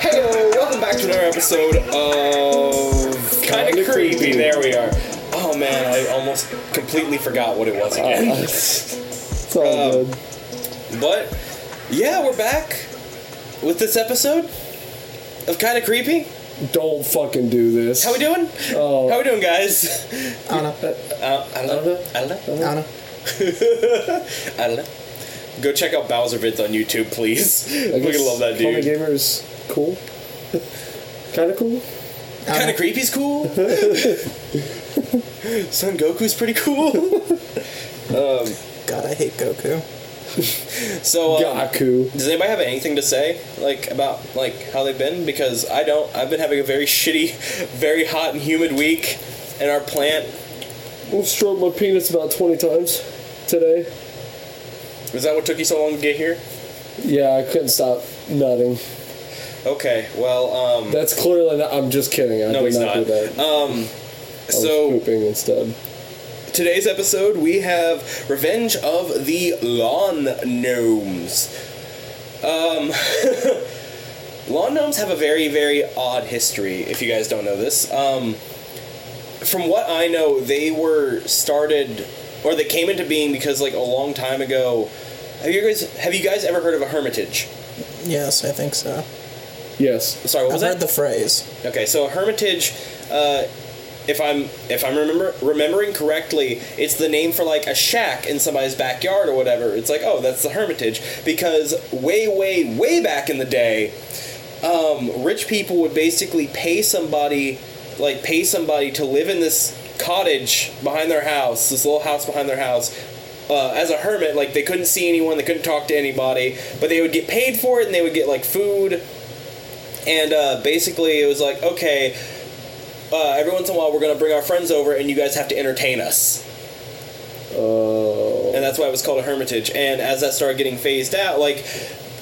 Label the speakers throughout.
Speaker 1: Hey, welcome back to another episode of Kind of creepy. There we are. Oh man, I almost completely forgot what it was again.
Speaker 2: It's all good.
Speaker 1: But yeah, we're back with this episode of Kind of Creepy.
Speaker 2: Don't fucking do this.
Speaker 1: How we doing?
Speaker 2: Oh.
Speaker 1: How we doing, guys?
Speaker 3: Anna.
Speaker 1: Uh, I don't know. I don't know.
Speaker 3: Anna.
Speaker 1: I don't know. Go check out Bowser vids on YouTube, please.
Speaker 2: I
Speaker 1: We're gonna
Speaker 2: guess
Speaker 1: love that
Speaker 2: Common
Speaker 1: dude.
Speaker 2: Gamer is cool. kind of cool.
Speaker 1: Kind of creepy's cool. Son Goku's pretty cool.
Speaker 3: God, I hate Goku.
Speaker 1: So, um,
Speaker 2: Gaku.
Speaker 1: Does anybody have anything to say, like about like how they've been? Because I don't. I've been having a very shitty, very hot and humid week, and our plant
Speaker 2: I've stroked my penis about 20 times today.
Speaker 1: is that what took you so long to get here?
Speaker 2: Yeah, I couldn't stop nutting.
Speaker 1: Okay, well, um,
Speaker 2: That's clearly not. I'm just kidding. I
Speaker 1: No,
Speaker 2: did
Speaker 1: he's
Speaker 2: not, do
Speaker 1: not. Um,
Speaker 2: that. I was
Speaker 1: so
Speaker 2: pooping instead.
Speaker 1: today's episode we have Revenge of the Lawn Gnomes. Um, lawn gnomes have a very, very odd history. If you guys don't know this, um, from what I know, they were started or they came into being because like a long time ago. Have you guys have you guys ever heard of a hermitage?
Speaker 3: Yes, I think so.
Speaker 2: Yes.
Speaker 1: Sorry, what was
Speaker 3: I've
Speaker 1: that?
Speaker 3: heard the phrase.
Speaker 1: Okay, so a hermitage, uh, if I'm if I'm remember remembering correctly, it's the name for like a shack in somebody's backyard or whatever. It's like, oh, that's the hermitage because way, way, way back in the day, um, rich people would basically pay somebody, like pay somebody to live in this cottage behind their house, this little house behind their house. Uh, as a hermit, like they couldn't see anyone, they couldn't talk to anybody, but they would get paid for it, and they would get like food, and uh, basically it was like okay uh, every once in a while we're gonna bring our friends over and you guys have to entertain us
Speaker 2: Uh,
Speaker 1: and that's why it was called a hermitage and as that started getting phased out like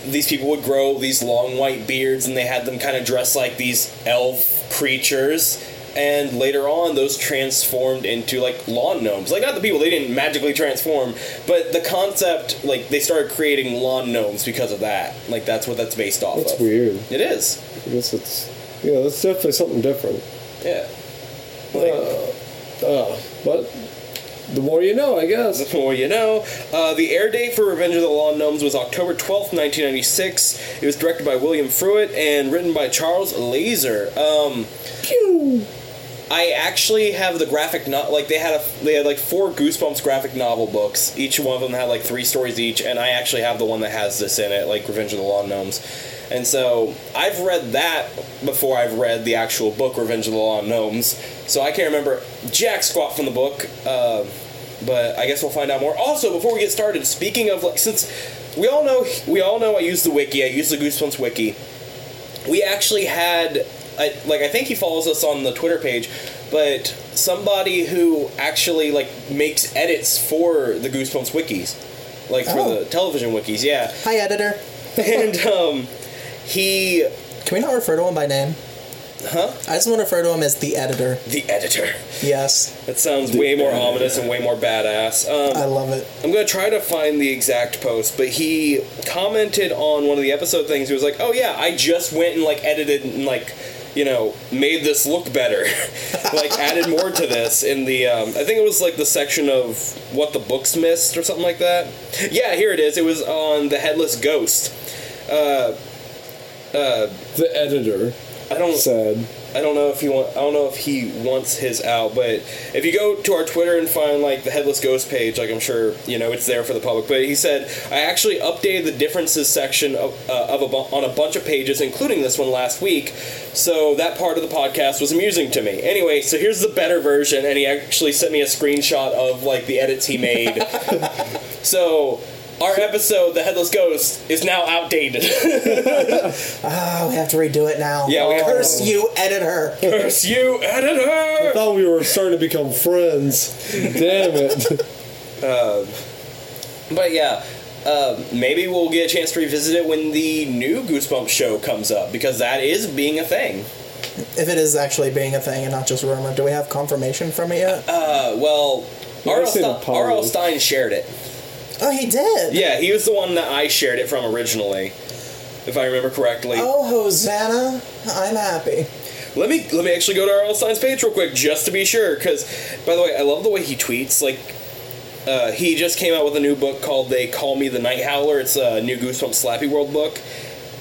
Speaker 1: these people would grow these long white beards and they had them kind of dressed like these elf creatures and later on those transformed into like lawn gnomes like not the people they didn't magically transform but the concept like they started creating lawn gnomes because of that like that's what that's based off
Speaker 2: that's
Speaker 1: of
Speaker 2: weird.
Speaker 1: it is
Speaker 2: I guess it's. Yeah, that's definitely something different.
Speaker 1: yeah Like-
Speaker 2: Uh, uh, but the more you know, I guess.
Speaker 1: Well, you know, uh, the air date for Revenge of the Lawn Gnomes was October 12th, 1996. It was directed by William Fruitt and written by Charles Laser. Um, I actually have the graphic not like they had a they had like four Goosebumps graphic novel books. Each one of them had like three stories each, and I actually have the one that has this in it, like Revenge of the Lawn Gnomes. And so I've read that before I've read the actual book Revenge of the Lawn Gnomes. So I can't remember jack squat from the book. Uh, but I guess we'll find out more. Also, before we get started, speaking of like, since we all know we all know I use the wiki, I use the Goosebumps wiki. We actually had, I, like, I think he follows us on the Twitter page, but somebody who actually like makes edits for the Goosebumps wikis, like for
Speaker 3: Oh.
Speaker 1: the television wikis, yeah.
Speaker 3: Hi, editor.
Speaker 1: And um, he,
Speaker 3: Can we not refer to him by name?
Speaker 1: huh,
Speaker 3: I just want to refer to him as the editor.
Speaker 1: the editor.
Speaker 3: Yes,
Speaker 1: That sounds way more ominous and way more badass. Um,
Speaker 3: I love it.
Speaker 1: I'm gonna try to find the exact post, but he commented on one of the episode things. He was like, "Oh yeah, I just went and like edited and like, you know, made this look better, like added more to this in the. Um, I think it was like the section of what the books missed or something like that. Yeah, here it is. It was on the headless ghost.
Speaker 2: The editor
Speaker 1: I don't.
Speaker 2: said.
Speaker 1: I don't know if he want. I don't know if he wants his out, but if you go to our Twitter and find like the headless ghost page, like I'm sure you know it's there for the public. But he said I actually updated the differences section of, uh, of a bu- on a bunch of pages, including this one last week. So that part of the podcast was amusing to me. Anyway, so here's the better version, and he actually sent me a screenshot of like the edits he made. so. Our episode, The Headless Ghost, is now outdated.
Speaker 3: Oh, we have to redo it now.
Speaker 1: Yeah, we-
Speaker 3: curse you, editor.
Speaker 1: Curse you, editor!
Speaker 2: I thought we were starting to become friends. Damn it.
Speaker 1: But yeah, uh, maybe we'll get a chance to revisit it when the new Goosebumps show comes up because that is being a thing.
Speaker 3: If it is actually being a thing and not just a rumor, do we have confirmation from it yet?
Speaker 1: Uh, well,
Speaker 2: Yeah,
Speaker 1: R.L.
Speaker 2: I've seen a
Speaker 1: Ste-
Speaker 2: pile.
Speaker 1: R.L. Stein shared it.
Speaker 3: Oh, he did.
Speaker 1: Yeah, he was the one that I shared it from originally, if I remember correctly.
Speaker 3: Oh, Hosanna! I'm happy.
Speaker 1: Let me let me actually go to our all signs page real quick just to be sure. Because, by the way, I love the way he tweets. Like, uh, he just came out with a new book called "They Call Me the Night Howler." It's a new Goosebumps Slappy World book,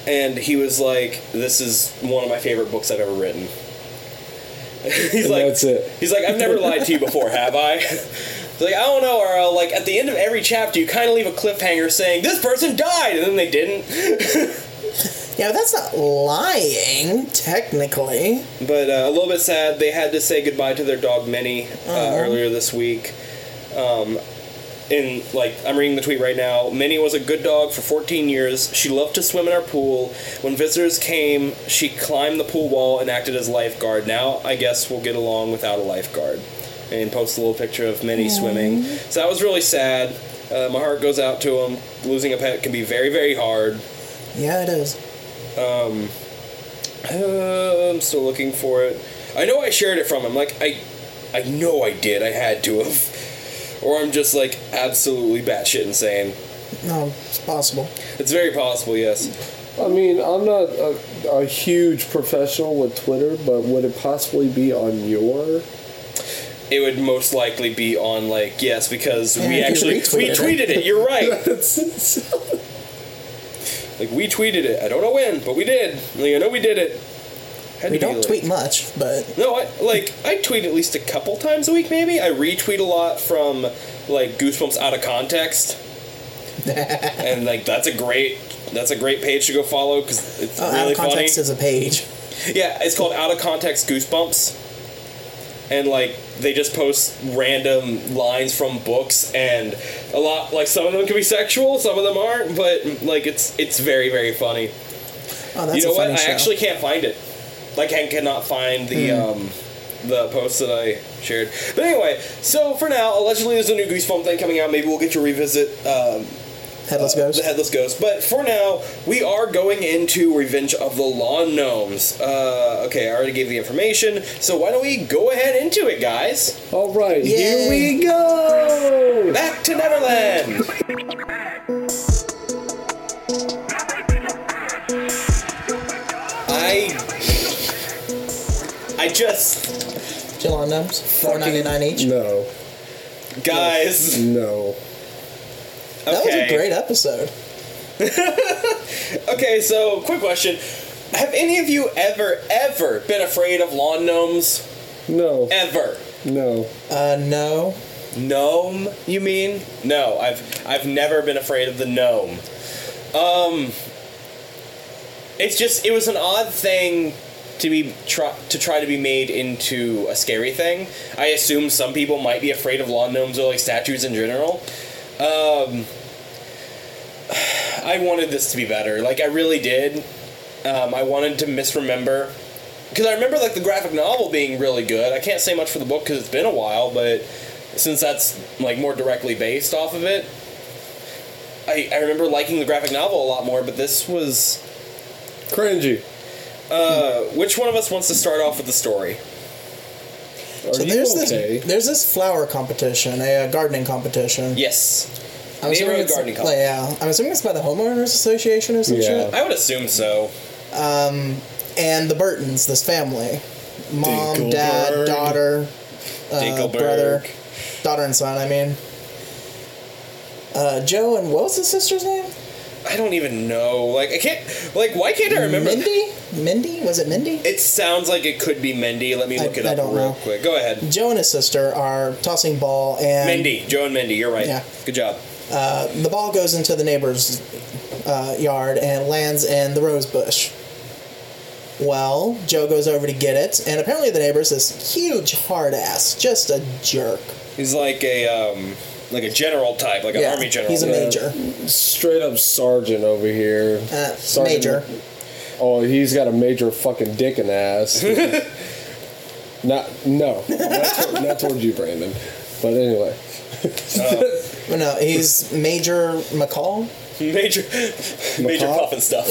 Speaker 1: and he was like, "This is one of my favorite books I've ever written." he's
Speaker 2: And
Speaker 1: like,
Speaker 2: that's it.
Speaker 1: He's like, "I've never lied to you before, have I?" He's like, I don't know, RL. Like at the end of every chapter, you kind of leave a cliffhanger saying this person died, and then they didn't.
Speaker 3: Yeah, but that's not lying technically.
Speaker 1: But uh, a little bit sad, they had to say goodbye to their dog Minnie uh, earlier this week. Um, and like I'm reading the tweet right now, Minnie was a good dog for 14 years. She loved to swim in our pool. When visitors came, she climbed the pool wall and acted as lifeguard. Now I guess we'll get along without a lifeguard. And post a little picture of Minnie swimming. So that was really sad. Uh, my heart goes out to them. Losing a pet can be very, very hard.
Speaker 3: Yeah, it is.
Speaker 1: Uh, I'm still looking for it. I know I shared it from him. Like I, I know I did. I had to have, or I'm just like absolutely batshit insane.
Speaker 3: No, it's possible.
Speaker 1: It's very possible. Yes.
Speaker 2: I mean, I'm not a, a huge professional with Twitter, but would it possibly be on your?
Speaker 1: It would most likely be on like yes because
Speaker 3: Yeah,
Speaker 1: we
Speaker 3: you
Speaker 1: actually we
Speaker 3: retweeted it.
Speaker 1: tweeted it. You're right.
Speaker 2: That's
Speaker 1: Like we tweeted it. I don't know when, but we did. Like I know we did it. Had
Speaker 3: We
Speaker 1: to be,
Speaker 3: don't
Speaker 1: like-
Speaker 3: tweet much, but
Speaker 1: No, I like I tweet at least a couple times a week. Maybe I retweet a lot from like Goosebumps out of context.
Speaker 3: Oh,
Speaker 1: and like that's a great that's a great page to go follow because it's
Speaker 3: oh, out
Speaker 1: really
Speaker 3: of
Speaker 1: funny.
Speaker 3: context is a page.
Speaker 1: yeah, it's called Out of Context Goosebumps, and like they just post random lines from books, and a lot like some of them can be sexual, some of them aren't, but like it's it's very very funny.
Speaker 3: Oh, that's
Speaker 1: you know
Speaker 3: a
Speaker 1: what?
Speaker 3: funny show. Hmm.
Speaker 1: I actually can't find it. Like I cannot find the um the post that I shared. But anyway, so for now, allegedly there's a new Goosebump thing coming out. Maybe we'll get to revisit um,
Speaker 3: Headless Ghost.
Speaker 1: the Headless Ghost. But for now, we are going into Revenge of the Lawn Gnomes. Uh, okay, I already gave the information, so why don't we go ahead into it, guys?
Speaker 2: all right.
Speaker 3: Yay.
Speaker 2: Here we go.
Speaker 1: Back to Neverland! I. I just.
Speaker 3: Jelon Numbs. Four ninety nine each.
Speaker 2: No,
Speaker 1: Guys.
Speaker 2: no.
Speaker 1: Okay.
Speaker 3: That was a great episode.
Speaker 1: Okay, so quick question. Have any of you ever, ever been afraid of lawn gnomes?
Speaker 2: No,
Speaker 1: Ever?
Speaker 2: no.
Speaker 3: Uh, no.
Speaker 1: Gnome, you mean? No, I've I've never been afraid of the gnome. Um It's just it was an odd thing to be try, to try to be made into a scary thing. I assume some people might be afraid of lawn gnomes or like statues in general. Um I wanted this to be better. Like I really did. Um, I wanted to misremember because I remember like the graphic novel being really good. I can't say much for the book because it's been a while, but since that's like more directly based off of it, I, I remember liking the graphic novel a lot more. But this was
Speaker 2: Cringy.
Speaker 1: uh, which one of us wants to start off with the story?
Speaker 2: Are
Speaker 3: So
Speaker 2: you
Speaker 3: there's
Speaker 2: okay?
Speaker 3: this there's this flower competition, a uh, gardening competition.
Speaker 1: Yes,
Speaker 3: I'm assuming
Speaker 1: neighborhood
Speaker 3: it's-
Speaker 1: gardening
Speaker 3: like, Yeah, I'm assuming it's by the homeowners association or some
Speaker 2: Yeah.
Speaker 3: shit.
Speaker 1: I would assume so.
Speaker 3: And the Burtons, this family, mom,
Speaker 2: Dinkelberg.
Speaker 3: dad, daughter, uh,
Speaker 1: Dinkelberg.
Speaker 3: brother, daughter and son. I mean, uh, Joe and what was his sister's name?
Speaker 1: I don't even know. Like I can't. Like why can't I remember?
Speaker 3: Mindy. Mindy was it Mindy?
Speaker 1: It sounds like it could be Mindy. Let me
Speaker 3: I-
Speaker 1: look it
Speaker 3: I
Speaker 1: up
Speaker 3: don't
Speaker 1: real
Speaker 3: know.
Speaker 1: quick. Go ahead.
Speaker 3: Joe and his sister are tossing ball, and
Speaker 1: Mindy, Joe and Mindy. You're right.
Speaker 3: Yeah.
Speaker 1: Good job.
Speaker 3: Uh, the ball goes into the neighbor's uh, yard and lands in the rose bush. Well, Joe goes over to get it, and apparently the neighbor's this huge hard ass, just a jerk.
Speaker 1: He's like a um like a general type, like an
Speaker 3: Yeah,
Speaker 1: army general.
Speaker 3: he's a
Speaker 1: type.
Speaker 3: major.
Speaker 2: straight up sergeant over here.
Speaker 3: Uh,
Speaker 2: Sergeant-
Speaker 3: major.
Speaker 2: Oh, he's got a major fucking dick and ass. not no, not, to, not towards you, Brandon. But anyway,
Speaker 3: Well, No, he's Major McCall.
Speaker 1: Major, major
Speaker 2: McCall?
Speaker 1: puff and stuff.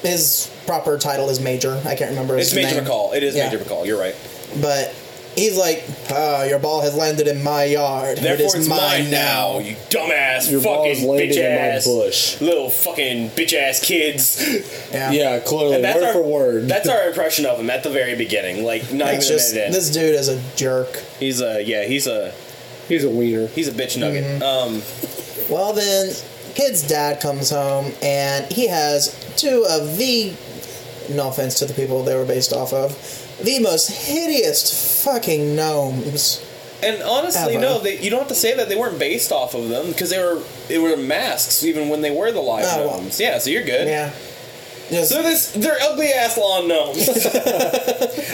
Speaker 3: His proper title is Major. I can't remember his
Speaker 1: It's Major
Speaker 3: name.
Speaker 1: McCall. It is
Speaker 3: Yeah.
Speaker 1: Major McCall. You're right.
Speaker 3: But He's like, ah, your ball has landed in my yard.
Speaker 1: Therefore,
Speaker 3: it is
Speaker 1: it's mine, now, you dumbass,
Speaker 2: Your ball's
Speaker 1: fucking
Speaker 2: landing
Speaker 1: bitch
Speaker 2: in my
Speaker 1: ass,
Speaker 2: bush.
Speaker 1: little fucking bitch ass kids.
Speaker 3: Yeah.
Speaker 2: Yeah,
Speaker 1: And
Speaker 2: clearly, word for word.
Speaker 1: That's our impression of him at the very beginning. Like not
Speaker 3: It's
Speaker 1: even
Speaker 3: just
Speaker 1: a minute in.
Speaker 3: this dude is a jerk.
Speaker 1: he's a yeah. He's a
Speaker 2: He's a wiener.
Speaker 1: he's a bitch nugget. Um,
Speaker 3: Well, then his dad comes home and he has two of the, no offense to the people they were based off of, the most hideous fucking gnomes.
Speaker 1: and honestly,
Speaker 3: Ever.
Speaker 1: no, they, you don't have to say that they weren't based off of them because they were they were masks even when they were the live
Speaker 3: Oh, well.
Speaker 1: gnomes. Yeah, so you're good.
Speaker 3: Yeah. Just,
Speaker 1: So this they're ugly ass lawn gnomes.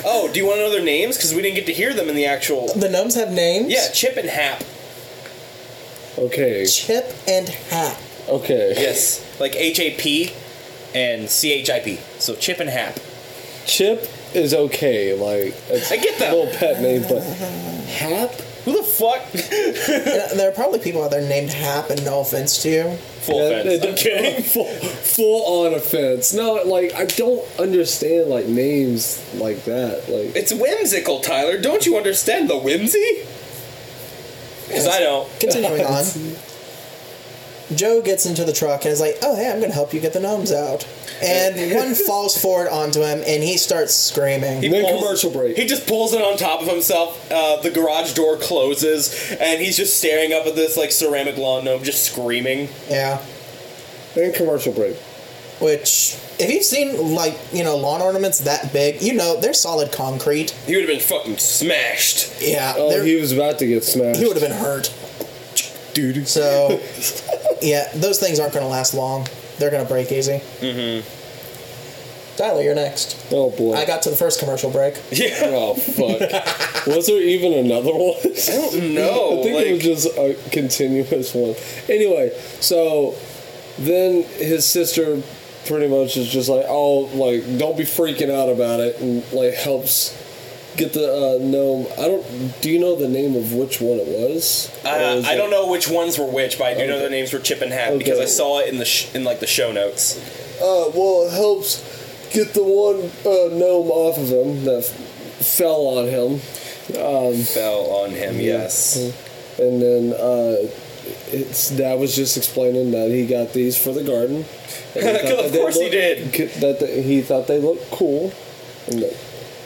Speaker 1: oh, do you want to know their names? Because we didn't get to hear them in the actual.
Speaker 3: the gnomes have names?
Speaker 1: Yeah, Chip and Hap.
Speaker 2: Okay,
Speaker 3: Chip and Hap.
Speaker 2: okay.
Speaker 1: Yes, like H A P and C H I P. So Chip and Hap.
Speaker 2: Chip is okay. Like, it's
Speaker 1: I get that.
Speaker 2: a little pet name, but
Speaker 1: Hap? Who the fuck?
Speaker 3: And There are probably people out there named Hap, and no offense to you.
Speaker 1: Full offense. I'm kidding.
Speaker 2: full, full on offense. No, like I don't understand like names like that. Like
Speaker 1: It's whimsical, Tyler. Don't you understand the whimsy? Because I don't.
Speaker 3: Continuing on. Joe gets into the truck and is like, "Oh hey, I'm gonna help you get the gnomes out." And one falls forward onto him, and he starts screaming.
Speaker 2: Then commercial break.
Speaker 1: He just pulls it on top of himself. Uh, the garage door closes, and he's just staring up at this like ceramic lawn gnome, just screaming.
Speaker 3: Yeah,
Speaker 2: and commercial break.
Speaker 3: which if you've seen like you know lawn ornaments that big, you know they're solid concrete.
Speaker 1: He would have been fucking smashed.
Speaker 3: Yeah,
Speaker 2: Oh,
Speaker 3: they're-
Speaker 2: he
Speaker 3: he,
Speaker 2: was about to get smashed.
Speaker 3: would have been hurt.
Speaker 2: Dude,
Speaker 3: So yeah, those things aren't gonna last long. They're gonna break easy. Mm-hmm.
Speaker 2: Mm-hmm.
Speaker 3: Tyler, you're next.
Speaker 2: oh boy.
Speaker 3: I got to the first commercial break.
Speaker 1: Yeah.
Speaker 2: Oh fuck! was there even another one? I don't
Speaker 1: know,
Speaker 2: I think it was
Speaker 1: like-
Speaker 2: just a continuous one. Anyway, so then his sister pretty much is just like, "Oh, like don't be freaking out about it," and like helps get the uh, gnome. I don't. Do you know the name of which one it was? Or
Speaker 1: Uh,
Speaker 2: is
Speaker 1: I
Speaker 2: it-
Speaker 1: don't know which ones were which, but I do know their names were Chip and Hap because I
Speaker 2: Okay.
Speaker 1: saw it in the sh- in like the show notes.
Speaker 2: Uh, well, it helps get the one uh, gnome off of him that f- fell on him.
Speaker 1: Fell on him, yes.
Speaker 2: And then uh, it's dad was just explaining that he got these for the garden. And he thought
Speaker 1: Of
Speaker 2: that they
Speaker 1: course he
Speaker 2: looked-
Speaker 1: did.
Speaker 2: c- That they- he thought they looked cool. And that-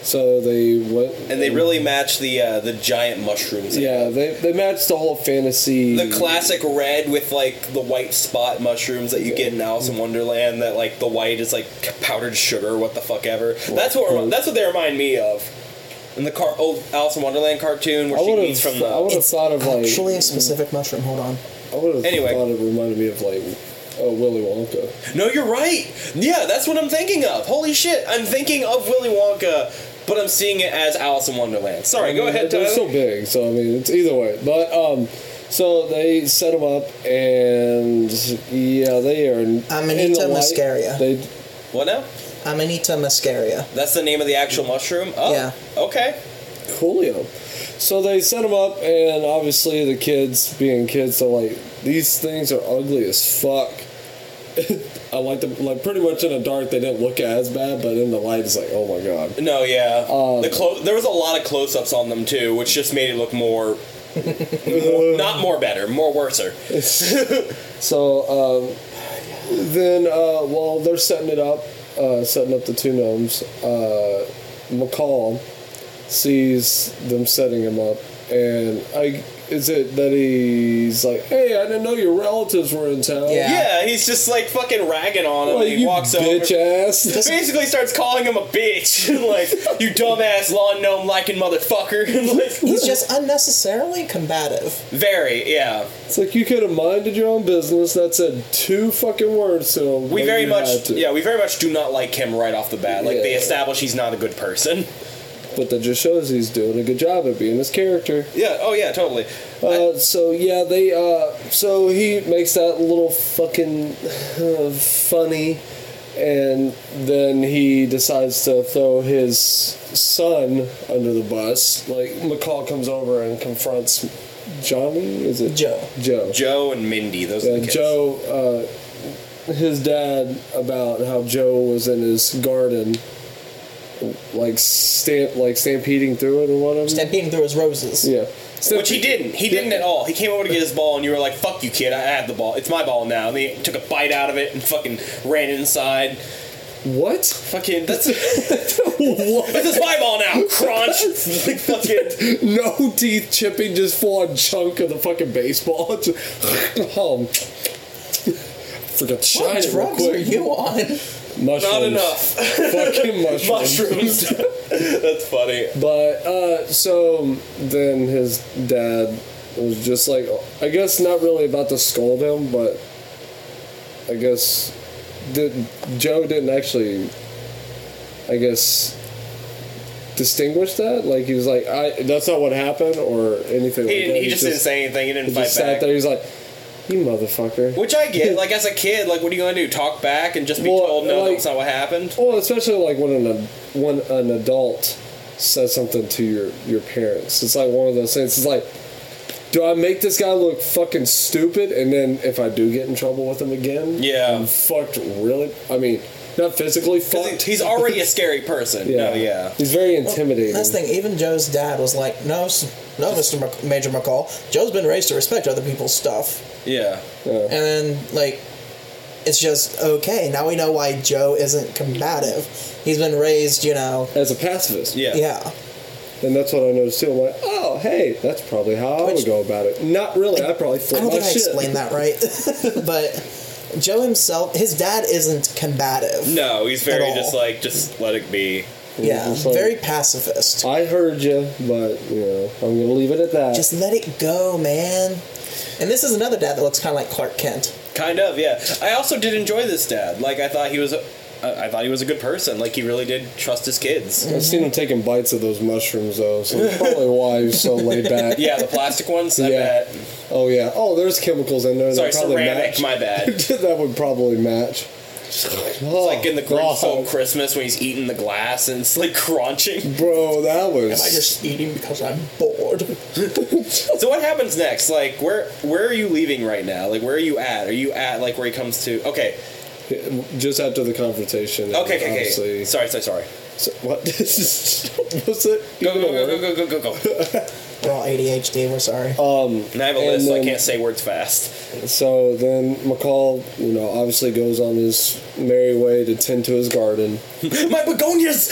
Speaker 2: so they went.
Speaker 1: And they really match the uh, the giant mushrooms.
Speaker 2: Yeah, they, they matched the whole fantasy.
Speaker 1: The classic red with like the white spot mushrooms that you get in Alice in Wonderland. That like the white is like powdered sugar. What the fuck ever. That's what remi- that's what they remind me of. In the car old Alice in Wonderland cartoon where
Speaker 2: I
Speaker 1: she
Speaker 2: would
Speaker 1: eats
Speaker 2: have.
Speaker 1: from
Speaker 2: I would
Speaker 1: the.
Speaker 2: have
Speaker 3: It's
Speaker 2: thought of like.
Speaker 3: Actually, a specific mushroom. Hold on.
Speaker 2: I would have
Speaker 1: Anyway.
Speaker 2: thought it reminded me of like, oh Willy Wonka.
Speaker 1: No, you're right. Yeah, that's what I'm thinking of. Holy shit, I'm thinking of Willy Wonka, but I'm seeing it as Alice in Wonderland. Sorry, go ahead,
Speaker 2: They're
Speaker 1: Tyler.
Speaker 2: so big, so I mean, it's either way. But um, so they set them up, and yeah, they are.
Speaker 3: Amanita
Speaker 2: in the light.
Speaker 3: muscaria.
Speaker 2: They
Speaker 1: What now?
Speaker 3: Amanita muscaria.
Speaker 1: That's the name of the actual mushroom. Oh,
Speaker 3: Yeah.
Speaker 1: Okay.
Speaker 2: Coolio. So they set them up, and obviously the kids, being kids, are like, these things are ugly as fuck. I like them, like pretty much in the dark, they didn't look as bad, but in the light, it's like, oh my god.
Speaker 1: No, yeah.
Speaker 2: Um,
Speaker 1: the clo- there was a lot of close-ups on them too, which just made it look more, more not more better, more worser.
Speaker 2: So um, then, uh, while they're setting it up, uh, setting up the two gnomes, uh, McCall sees them setting him up, and I is it that he's like, hey, I didn't know your relatives were in town.
Speaker 3: Yeah.
Speaker 1: Yeah, he's just like fucking ragging on him.
Speaker 2: Like,
Speaker 1: and he
Speaker 2: you
Speaker 1: walks
Speaker 2: bitch
Speaker 1: over.
Speaker 2: ass.
Speaker 1: Basically starts calling him a bitch, like you dumbass lawn gnome liking motherfucker. like,
Speaker 3: He's just unnecessarily combative.
Speaker 1: very, yeah.
Speaker 2: It's like you could have minded your own business. That said two fucking words to him.
Speaker 1: We
Speaker 2: but
Speaker 1: very
Speaker 2: you had
Speaker 1: much,
Speaker 2: to.
Speaker 1: yeah, we very much do not like him right off the bat. Like they
Speaker 2: Yeah.
Speaker 1: establish he's not a good person.
Speaker 2: But that just shows he's doing a good job at being his character.
Speaker 1: Yeah. Oh yeah, totally.
Speaker 2: Uh, so yeah, they. Uh, so he makes that little fucking uh, funny, and then he decides to throw his son under the bus. Like McCall comes over and confronts Johnny. Is it
Speaker 3: Joe.
Speaker 2: Joe.
Speaker 1: Joe and Mindy, those are the
Speaker 2: Yeah,
Speaker 1: kids.
Speaker 2: Joe, uh, his dad about how Joe was in his garden like stamp like stampeding through it or whatever.
Speaker 3: Stampeding through his roses.
Speaker 2: Mm-hmm. yeah,
Speaker 1: Which he didn't. He didn't at all. He came over to get his ball, and you were like, "Fuck you, kid! I have the ball. It's my ball now." And he took a bite out of it and fucking ran inside.
Speaker 2: What?
Speaker 1: Fucking that's this
Speaker 2: what?
Speaker 1: is my ball now. Crunch. like fucking.
Speaker 2: No teeth chipping, just full on chunk of the fucking baseball. Just- um, forgot to
Speaker 3: What
Speaker 2: shine it real
Speaker 3: drugs are
Speaker 2: quick.
Speaker 3: you on?
Speaker 2: Mushrooms.
Speaker 1: Not enough.
Speaker 2: fucking mushrooms.
Speaker 1: Mushrooms. that's funny.
Speaker 2: But uh, so then his dad was just like, I guess not really about to scold him, but I guess did, Joe didn't actually, I guess, distinguish that. Like he was like, I that's not what happened or
Speaker 1: He
Speaker 2: anything. like that.
Speaker 1: didn't. He just didn't say anything. He
Speaker 2: He
Speaker 1: didn't fight
Speaker 2: just sat
Speaker 1: back.
Speaker 2: there. He's like, you motherfucker.
Speaker 1: Which I get. Like as a kid, like what are you gonna do? Talk back and just be
Speaker 2: Well,
Speaker 1: told no,
Speaker 2: like-
Speaker 1: that's not what happened.
Speaker 2: Well, especially like when an when an adult says something to your your parents. It's like one of those things. It's like, do I make this guy look fucking stupid? And then if I do get in trouble with him again,
Speaker 1: Yeah.
Speaker 2: I'm fucked. Really? I mean, not physically fucked.
Speaker 1: Because he's already a scary person.
Speaker 2: yeah,
Speaker 1: No, yeah.
Speaker 2: He's very intimidating.
Speaker 3: That's the thing. Even Joe's dad was like, "No, s- no, Mister Mc- Major McCall. Joe's been raised to respect other people's stuff."
Speaker 1: Yeah.
Speaker 2: Yeah.
Speaker 3: And then like, it's just okay. Now we know why Joe isn't combative. He's been raised, you know.
Speaker 2: As a pacifist,
Speaker 1: Yeah.
Speaker 3: Yeah.
Speaker 2: and that's what I noticed too. I'm like, oh, hey, that's probably how I
Speaker 3: Which-
Speaker 2: would go about it. Not really. I probably
Speaker 3: I
Speaker 2: flip
Speaker 3: don't
Speaker 2: my
Speaker 3: think I
Speaker 2: shit.
Speaker 3: explained that right, but Joe himself, his dad isn't combative.
Speaker 1: No, he's very
Speaker 3: all.
Speaker 1: just like just let it be.
Speaker 3: Yeah,
Speaker 2: It's like-
Speaker 3: very pacifist.
Speaker 2: I heard you, but you know, I'm gonna leave it at that.
Speaker 3: Just let it go, man. And this is another dad that looks kind of like Clark Kent.
Speaker 1: Kind of, yeah. I also did enjoy this dad. Like I thought he was, a, I I thought he was a good person. Like he really did trust his kids.
Speaker 2: I've seen him taking bites of those mushrooms though, so that's probably why he's so laid back.
Speaker 1: Yeah, the plastic ones. I
Speaker 2: Yeah.
Speaker 1: bet.
Speaker 2: Oh yeah. Oh, there's chemicals in there
Speaker 1: Sorry,
Speaker 2: that probably
Speaker 1: ceramic.
Speaker 2: match.
Speaker 1: My bad.
Speaker 2: that would probably match. Oh,
Speaker 1: Like in the
Speaker 2: God.
Speaker 1: Grinch Soul Christmas when he's eating the glass and it's like crunching.
Speaker 2: Bro, that
Speaker 3: Am I
Speaker 2: was
Speaker 3: just eating because I'm bored?
Speaker 1: So what happens next? Like where where are you leaving right now? Like where are you at? Are you at like where he comes to? Okay,
Speaker 2: just after the confrontation.
Speaker 1: okay, okay, okay.
Speaker 2: obviously-
Speaker 1: Sorry, sorry, sorry.
Speaker 2: So- what? What's it?
Speaker 1: Go go
Speaker 2: Even a
Speaker 1: go
Speaker 2: word?
Speaker 1: go go go go go.
Speaker 3: We're all ADHD. We're sorry.
Speaker 1: And I have a
Speaker 2: And
Speaker 1: list, so I
Speaker 2: then-
Speaker 1: can't say words fast.
Speaker 2: So then McCall, you know, obviously goes on his merry way to tend to his garden.
Speaker 1: My begonias.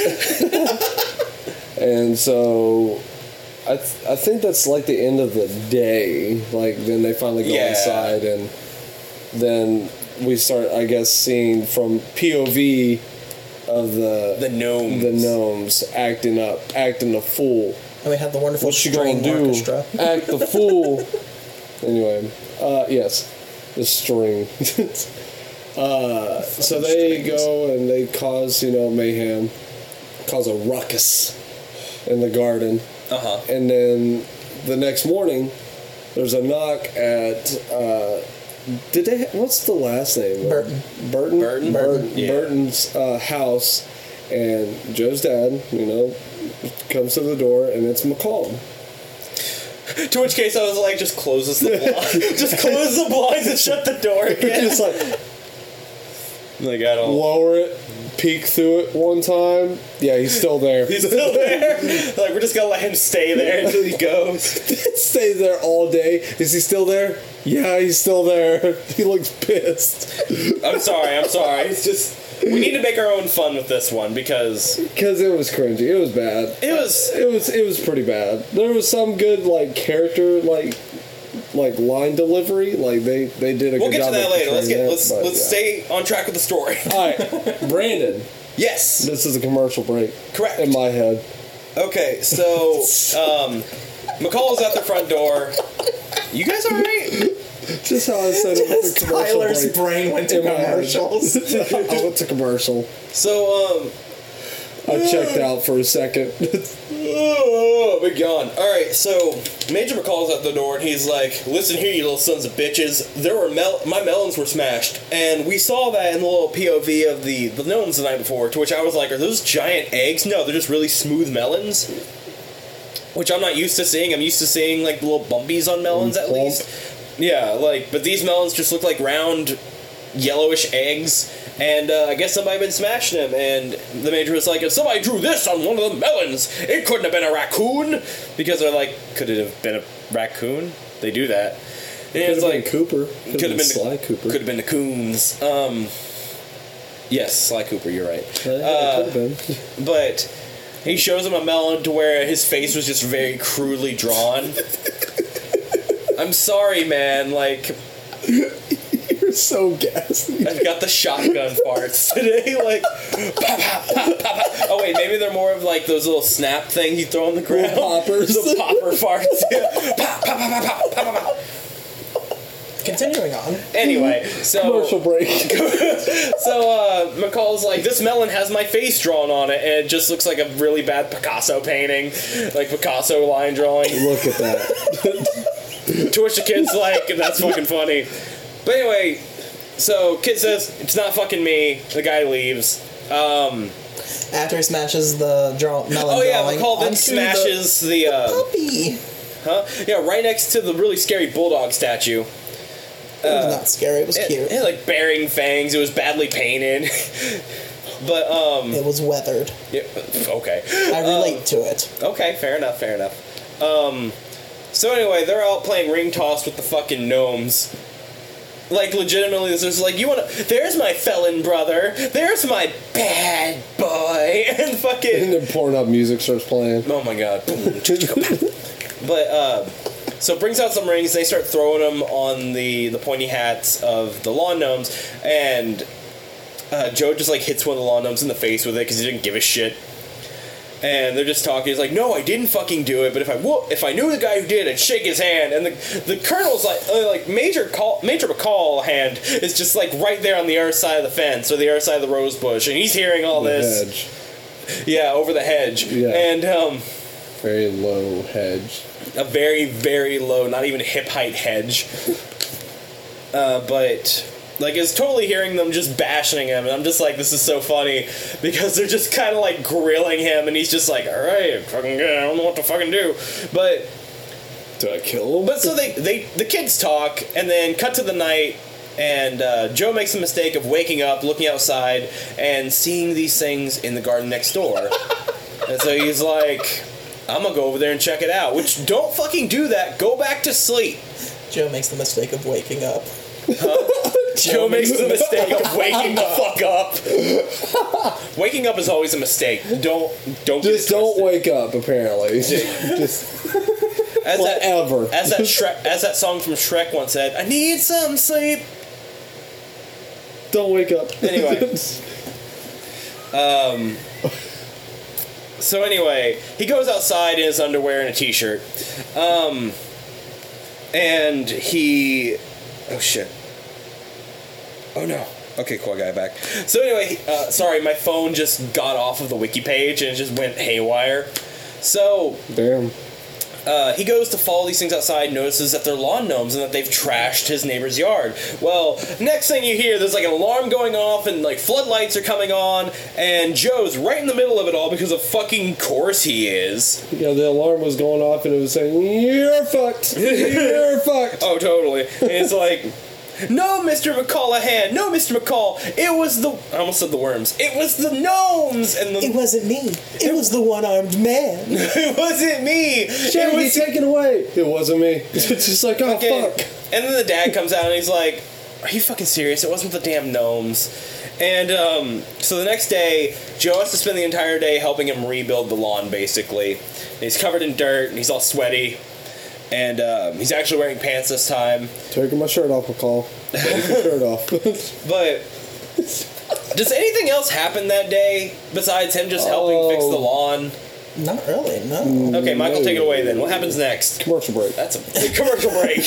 Speaker 2: And so I, th- I think that's like the end of the day. Like, then they finally go
Speaker 1: Yeah.
Speaker 2: inside, and then we start, I guess, seeing from POV of the
Speaker 1: The gnome.
Speaker 2: the gnomes acting up, acting the fool.
Speaker 3: and we have the wonderful
Speaker 2: What you gonna
Speaker 3: string
Speaker 2: do?
Speaker 3: orchestra.
Speaker 2: Act the fool. anyway, uh, yes, the string. uh, so they
Speaker 3: strings.
Speaker 2: go and they cause, you know, mayhem, cause a ruckus in the garden.
Speaker 1: Uh huh.
Speaker 2: And then the next morning, there's a knock at. Uh, did they? What's the last name?
Speaker 3: Burton.
Speaker 2: Burton.
Speaker 1: Burton?
Speaker 2: Burton.
Speaker 1: Yeah.
Speaker 2: Burton's uh, house, and Joe's dad, you know, comes to the door, and it's McCall.
Speaker 1: To which case I was like, just closes the blind. just close the blinds and shut the door again.
Speaker 2: Just like
Speaker 1: like I don't.
Speaker 2: lower it, peek through it one time. Yeah, he's still there.
Speaker 1: He's still there. like we're just gonna let him stay there until he goes.
Speaker 2: Stays there all day. Is he still there? Yeah, he's still there. He looks pissed
Speaker 1: I'm sorry. I'm sorry. It's just we need to make our own fun with this one because it
Speaker 2: because it was cringy. It was bad.
Speaker 1: was
Speaker 2: it was it was pretty bad. There was some good like character like like line delivery. Like they they did a
Speaker 1: We'll
Speaker 2: good
Speaker 1: get to
Speaker 2: job.
Speaker 1: that
Speaker 2: of
Speaker 1: later. Let's
Speaker 2: portraying
Speaker 1: get
Speaker 2: that,
Speaker 1: let's
Speaker 2: but,
Speaker 1: let's
Speaker 2: yeah.
Speaker 1: stay on track with the story.
Speaker 2: All right, Brandon.
Speaker 1: Yes.
Speaker 2: This is a commercial break.
Speaker 1: Correct.
Speaker 2: In my head,
Speaker 1: Okay. So, um, McCall is at the front door. You guys all right?
Speaker 2: just how I said it was a commercial
Speaker 3: Tyler's
Speaker 2: break.
Speaker 3: brain went to
Speaker 2: In my head.
Speaker 3: commercials.
Speaker 2: I went to commercial.
Speaker 1: So, um,
Speaker 2: I checked out for a second.
Speaker 1: Oh, be gone. All right, so Major McCall's at the door, and he's like, "Listen here, you little sons of bitches. There were mel- my melons were smashed, and we saw that in the little POV of the the gnomes the night before. To which I was like, "Are those giant eggs? No, they're just really smooth melons." Which I'm not used to seeing. I'm used to seeing like little bumpies on melons, at
Speaker 2: plump.
Speaker 1: least. Yeah, like, but these melons just look like round yellowish eggs. And uh, I guess somebody had been smashing them. And the major was like, if somebody drew this on one of the melons, it couldn't have been a raccoon. Because they're like, could it have been a raccoon? They do that. And
Speaker 2: Could
Speaker 1: it's
Speaker 2: have
Speaker 1: like,
Speaker 2: been Cooper. Could have been Sly Cooper.
Speaker 1: Could have been the Coons. Um, yes, Sly Cooper. You're right.
Speaker 2: Yeah,
Speaker 1: Uh,
Speaker 2: it could have been.
Speaker 1: but he shows him a melon to where his face was just very crudely drawn. I'm sorry, man. Like
Speaker 3: You're so gassy.
Speaker 1: I've got the shotgun parts today. Like, pop, pop, pop, pop, pop. oh wait, maybe they're more of like those little snap things you throw on the ground.
Speaker 2: poppers.
Speaker 1: the popper farts. Yeah. pop, pop, pop, pop, pop, pop, pop.
Speaker 3: Continuing on.
Speaker 1: Anyway, so
Speaker 2: Commercial break.
Speaker 1: So uh, McCall's like, this melon has my face drawn on it, and it just looks like a really bad Picasso painting, like Picasso line drawing.
Speaker 2: Look at that.
Speaker 1: to which the kid's like, that's fucking funny. But anyway, so kid says it's not fucking me. The guy leaves. Um,
Speaker 3: After he smashes the draw- melon
Speaker 1: oh yeah,
Speaker 3: drawing
Speaker 1: McCall then
Speaker 3: onto
Speaker 1: smashes the, uh,
Speaker 3: the puppy.
Speaker 1: huh? Yeah, right next to the really scary bulldog statue.
Speaker 3: it was not scary. It was
Speaker 1: It,
Speaker 3: cute.
Speaker 1: it had, like bearing fangs. It was badly painted. but um,
Speaker 3: It was weathered.
Speaker 1: yeah, okay.
Speaker 3: I relate to it.
Speaker 1: Okay, fair enough, fair enough. Um, so anyway, they're out playing ring toss with the fucking gnomes. Like legitimately, this is like you want to. There's my felon brother. There's my bad boy, and
Speaker 2: and
Speaker 1: fucking.
Speaker 2: then Pornhub music starts playing.
Speaker 1: Oh my god. But uh, so brings out some rings. They start throwing them on the the pointy hats of the lawn gnomes, and uh, Joe just like hits one of the lawn gnomes in the face with it because he didn't give a shit. And they're just talking. He's like, "No, I didn't fucking do it. But if I wo- if I knew the guy who did, I'd shake his hand." And the the colonel's like, uh, like Major Call Major McCall hand is just like right there on the other side of the fence or the other side of the rose bush, and he's hearing all
Speaker 2: The
Speaker 1: this.
Speaker 2: hedge.
Speaker 1: Yeah, over the hedge.
Speaker 2: Yeah.
Speaker 1: And um,
Speaker 2: Very low hedge.
Speaker 1: a very very low, not even hip height hedge. Uh, but like it's totally hearing them just bashing him, and I'm just like, this is so funny because they're just kind of like grilling him, and he's just like, all right, fucking good. I don't know what to fucking do, but.
Speaker 2: Did I kill him?
Speaker 1: But so they, they the kids talk, and then cut to the night, and uh, Joe makes the mistake of waking up, looking outside, and seeing these things in the garden next door. and so he's like, "I'm gonna go over there and check it out." Which don't fucking do that. Go back to sleep.
Speaker 3: Joe makes the mistake of waking up.
Speaker 1: Joe makes the mistake of waking the fuck up. waking up is always a mistake. Don't don't get
Speaker 2: just
Speaker 1: it
Speaker 2: don't
Speaker 1: twisted.
Speaker 2: wake up, apparently. just
Speaker 1: as that-
Speaker 2: whatever.
Speaker 1: as that Shrek, as that song from Shrek once said, "I need some sleep."
Speaker 2: don't wake up.
Speaker 1: Anyway. So anyway, he goes outside in his underwear and a t-shirt. Um and he oh shit. Oh no. Okay, cool, I got it back. So anyway, he- uh, sorry, my phone just got off of the wiki page and it just went haywire. So
Speaker 2: Damn.
Speaker 1: uh, he goes to follow these things outside, notices that they're lawn gnomes and that they've trashed his neighbor's yard. Well, next thing you hear, there's like an alarm going off and like floodlights are coming on, and Joe's right in the middle of it all because of fucking course he is.
Speaker 2: Yeah, the alarm was going off and it was saying, You're fucked. You're fucked.
Speaker 1: Oh, totally. And it's like. No, Mr. McCallahan! No, Mr. McCall! It was the. I almost said the worms. It was the gnomes! And the.
Speaker 3: It wasn't me. It was the one-armed man.
Speaker 1: It wasn't me!
Speaker 2: Shit,
Speaker 1: it
Speaker 2: he
Speaker 1: was
Speaker 2: taken away. It wasn't me. It's just like, oh
Speaker 1: Okay.
Speaker 2: fuck.
Speaker 1: And then the dad comes out and he's like, "Are you fucking serious? It wasn't the damn gnomes." And um, so the next day, Joe has to spend the entire day helping him rebuild the lawn. Basically, and he's covered in dirt and he's all sweaty, and um, he's actually wearing pants this time.
Speaker 2: Taking my shirt off, McCall. Taking my shirt off.
Speaker 1: But does anything else happen that day besides him just helping fix the
Speaker 2: Oh.
Speaker 1: lawn?
Speaker 3: Not really, no.
Speaker 1: Okay, Michael,
Speaker 2: No.
Speaker 1: take it away then. What happens next?
Speaker 2: Commercial break.
Speaker 1: That's a big commercial break.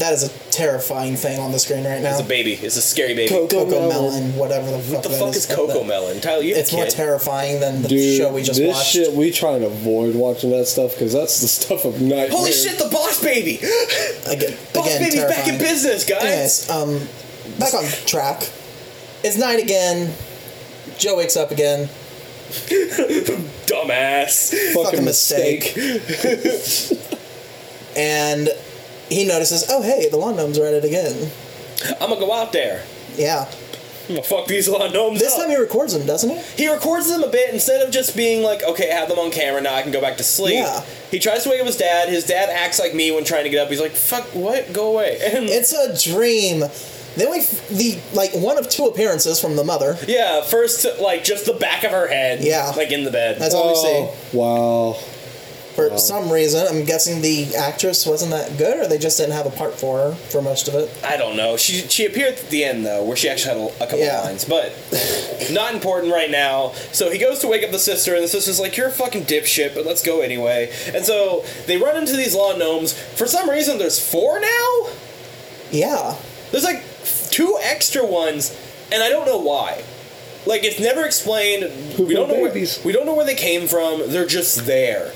Speaker 3: That is a terrifying thing on the screen right now.
Speaker 1: It's a baby. It's a scary baby.
Speaker 2: Coke.
Speaker 3: Cocoa
Speaker 2: Cocoa
Speaker 3: melon,
Speaker 2: melon,
Speaker 3: whatever the fuck
Speaker 1: what the
Speaker 3: that
Speaker 1: fuck is
Speaker 3: Fuck
Speaker 1: Coco
Speaker 3: that-
Speaker 1: Melon? Tyler, you have
Speaker 3: It's
Speaker 1: a
Speaker 3: more
Speaker 1: kid.
Speaker 3: terrifying than the
Speaker 2: Dude,
Speaker 3: show we just
Speaker 2: this
Speaker 3: watched.
Speaker 2: shit we try and avoid watching that stuff because that's the stuff of nightmares.
Speaker 1: Holy shit, the boss baby!
Speaker 3: Again,
Speaker 1: Boss
Speaker 3: again
Speaker 1: baby's
Speaker 3: terrifying.
Speaker 1: back in business, guys!
Speaker 3: Anyways, um, back on track. It's night again. Joe wakes up again.
Speaker 1: Dumbass!
Speaker 2: Fucking,
Speaker 3: fucking
Speaker 2: mistake.
Speaker 3: mistake. and he notices, oh hey, the lawn gnomes are at it again.
Speaker 1: I'm gonna go out there.
Speaker 3: Yeah.
Speaker 1: I'm gonna fuck these lawn gnomes
Speaker 3: This
Speaker 1: up.
Speaker 3: time he records them, doesn't he?
Speaker 1: he records them a bit instead of just being like, okay, I have them on camera, now I can go back to sleep.
Speaker 3: Yeah.
Speaker 1: He tries to wake up his dad. His dad acts like me when trying to get up. He's like, fuck, what? Go away. And
Speaker 3: It's a dream. Then we f- the like one of two appearances from the mother.
Speaker 1: yeah, first, like, just the back of her head.
Speaker 3: Yeah.
Speaker 1: Like, in the bed. Oh.
Speaker 3: That's all we see.
Speaker 2: wow.
Speaker 3: For some reason, I'm guessing the actress wasn't that good, or they just didn't have a part for her for most of it.
Speaker 1: I don't know. She she appeared at the end though, where she actually had a, a couple
Speaker 3: Yeah.
Speaker 1: lines, but not important right now. So he goes to wake up the sister, and the sister's like, "You're a fucking dipshit, but let's go anyway." And so they run into these law gnomes. For some reason, there's four now.
Speaker 3: Yeah,
Speaker 1: There's like two extra ones, and I don't know why. Like it's never explained. we don't know
Speaker 2: babies.
Speaker 1: where we don't know where they came from. They're just there.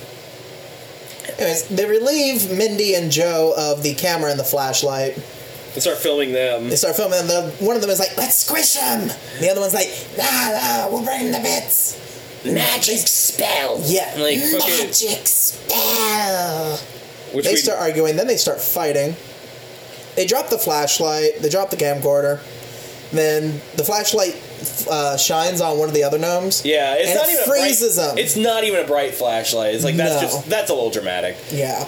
Speaker 3: Anyways, they relieve Mindy and Joe of the camera and the flashlight.
Speaker 1: They start filming them.
Speaker 3: They start filming, and the, one of them is like, let's squish them! The other one's like, nah, nah, we'll bring the bits! Magic spell! Yeah.
Speaker 1: Like, fuck it.
Speaker 3: Magic spell!
Speaker 1: Which
Speaker 3: They
Speaker 1: we,
Speaker 3: start arguing, then they start fighting. They drop the flashlight, they drop the camcorder, then the flashlight uh, shines on one of the other gnomes.
Speaker 1: yeah, it's
Speaker 3: and
Speaker 1: not
Speaker 3: it
Speaker 1: even
Speaker 3: freezes
Speaker 1: a bright,
Speaker 3: them.
Speaker 1: It's not even a bright flashlight. It's like that's
Speaker 3: No.
Speaker 1: just that's a little dramatic.
Speaker 3: yeah.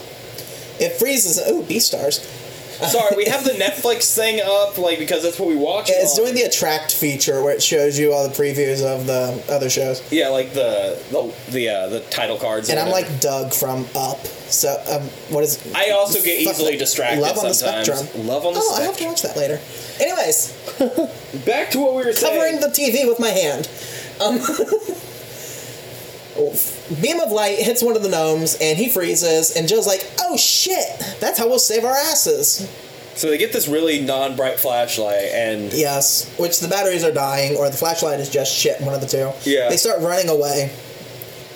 Speaker 3: It freezes. Oh, B stars.
Speaker 1: Sorry, we have the Netflix thing up, like because that's what we watch.
Speaker 3: Yeah, it's
Speaker 1: on.
Speaker 3: doing the attract feature where it shows you all the previews of the other shows.
Speaker 1: yeah, like the the the, uh, the title cards.
Speaker 3: And I'm
Speaker 1: whatever.
Speaker 3: like Doug from Up. So um, what is?
Speaker 1: I also get
Speaker 3: Fuck
Speaker 1: easily
Speaker 3: that.
Speaker 1: distracted
Speaker 3: Love on
Speaker 1: sometimes.
Speaker 3: the spectrum.
Speaker 1: Love on the
Speaker 3: oh, I have to
Speaker 1: spectrum.
Speaker 3: watch that later. Anyways,
Speaker 1: Back to what we were saying.
Speaker 3: covering the TV with my hand. Um, beam of light hits one of the gnomes, and he freezes. And Joe's like, "Oh shit! That's how we'll save our asses."
Speaker 1: so they get this really non-bright flashlight, and
Speaker 3: Yes, which the batteries are dying, or the flashlight is just shit, one of the two.
Speaker 1: Yeah.
Speaker 3: They start running away.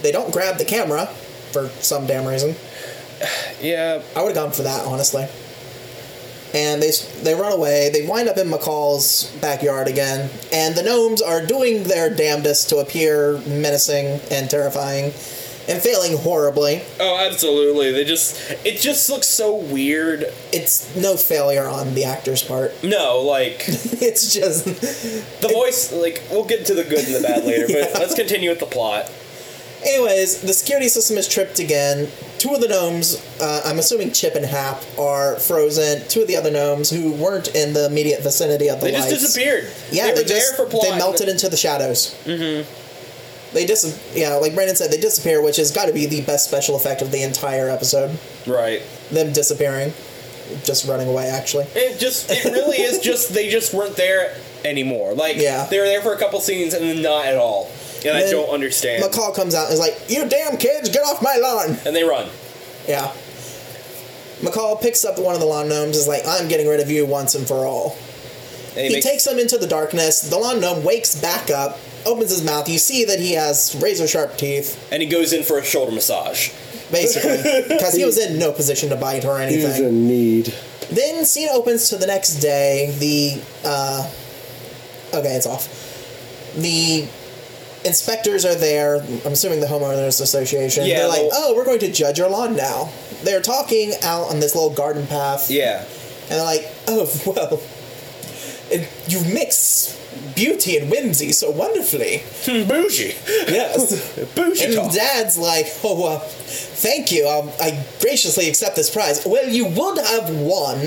Speaker 3: They don't grab the camera for some damn reason.
Speaker 1: yeah,
Speaker 3: I would have gone for that, honestly. And they, s- they run away. They wind up in McCall's backyard again. And the gnomes are doing their damnedest to appear menacing and terrifying and failing horribly.
Speaker 1: oh, absolutely. They just it just looks so weird.
Speaker 3: It's no failure on the actor's part.
Speaker 1: No, like the
Speaker 3: It's just.
Speaker 1: voice. Like we'll get to the good and the bad later, but let's continue with the plot.
Speaker 3: Anyways, the security system is tripped again. Two of the gnomes, uh, I'm assuming Chip and Hap, are frozen. Two of the other gnomes who weren't in the immediate vicinity of the
Speaker 1: They just
Speaker 3: lights.
Speaker 1: disappeared.
Speaker 3: Yeah,
Speaker 1: they,
Speaker 3: they,
Speaker 1: were there
Speaker 3: just
Speaker 1: for Mm-hmm. plot.
Speaker 3: they melted into the shadows. Mm-hmm. They dis yeah, like Brandon said, they disappear, which has got to be the best special effect of the entire episode.
Speaker 1: Right.
Speaker 3: Them disappearing, just running away. Actually,
Speaker 1: It just it really is just they just weren't there anymore. Like
Speaker 3: Yeah.
Speaker 1: they were there for a couple scenes and then not at all. And I
Speaker 3: Then
Speaker 1: don't understand.
Speaker 3: McCall comes out and is like, "You damn kids, get off my lawn!"
Speaker 1: and they run.
Speaker 3: Yeah. McCall picks up one of the lawn gnomes. Is like, "I'm getting rid of you once and for all."
Speaker 1: And he
Speaker 3: He
Speaker 1: makes-
Speaker 3: takes him into the darkness. The lawn gnome wakes back up, opens his mouth. You see that he has razor sharp teeth,
Speaker 1: and he goes in for a shoulder massage.
Speaker 3: basically, because he was in no position to bite or
Speaker 2: He was
Speaker 3: anything.
Speaker 2: in need.
Speaker 3: Then scene opens to the next day. The uh, okay, it's off. The inspectors are there. I'm assuming the homeowners association.
Speaker 1: Yeah,
Speaker 3: They're like,
Speaker 1: the-
Speaker 3: oh, we're going to judge your lawn now. They're talking out on this little garden path.
Speaker 1: Yeah.
Speaker 3: And they're like, oh, well, it, you mix beauty and whimsy so wonderfully.
Speaker 1: Hmm, Bougie.
Speaker 3: Yes.
Speaker 1: Bougie
Speaker 3: and
Speaker 1: talk.
Speaker 3: dad's like, oh, uh, thank you. Um, I graciously accept this prize. Well, you would have won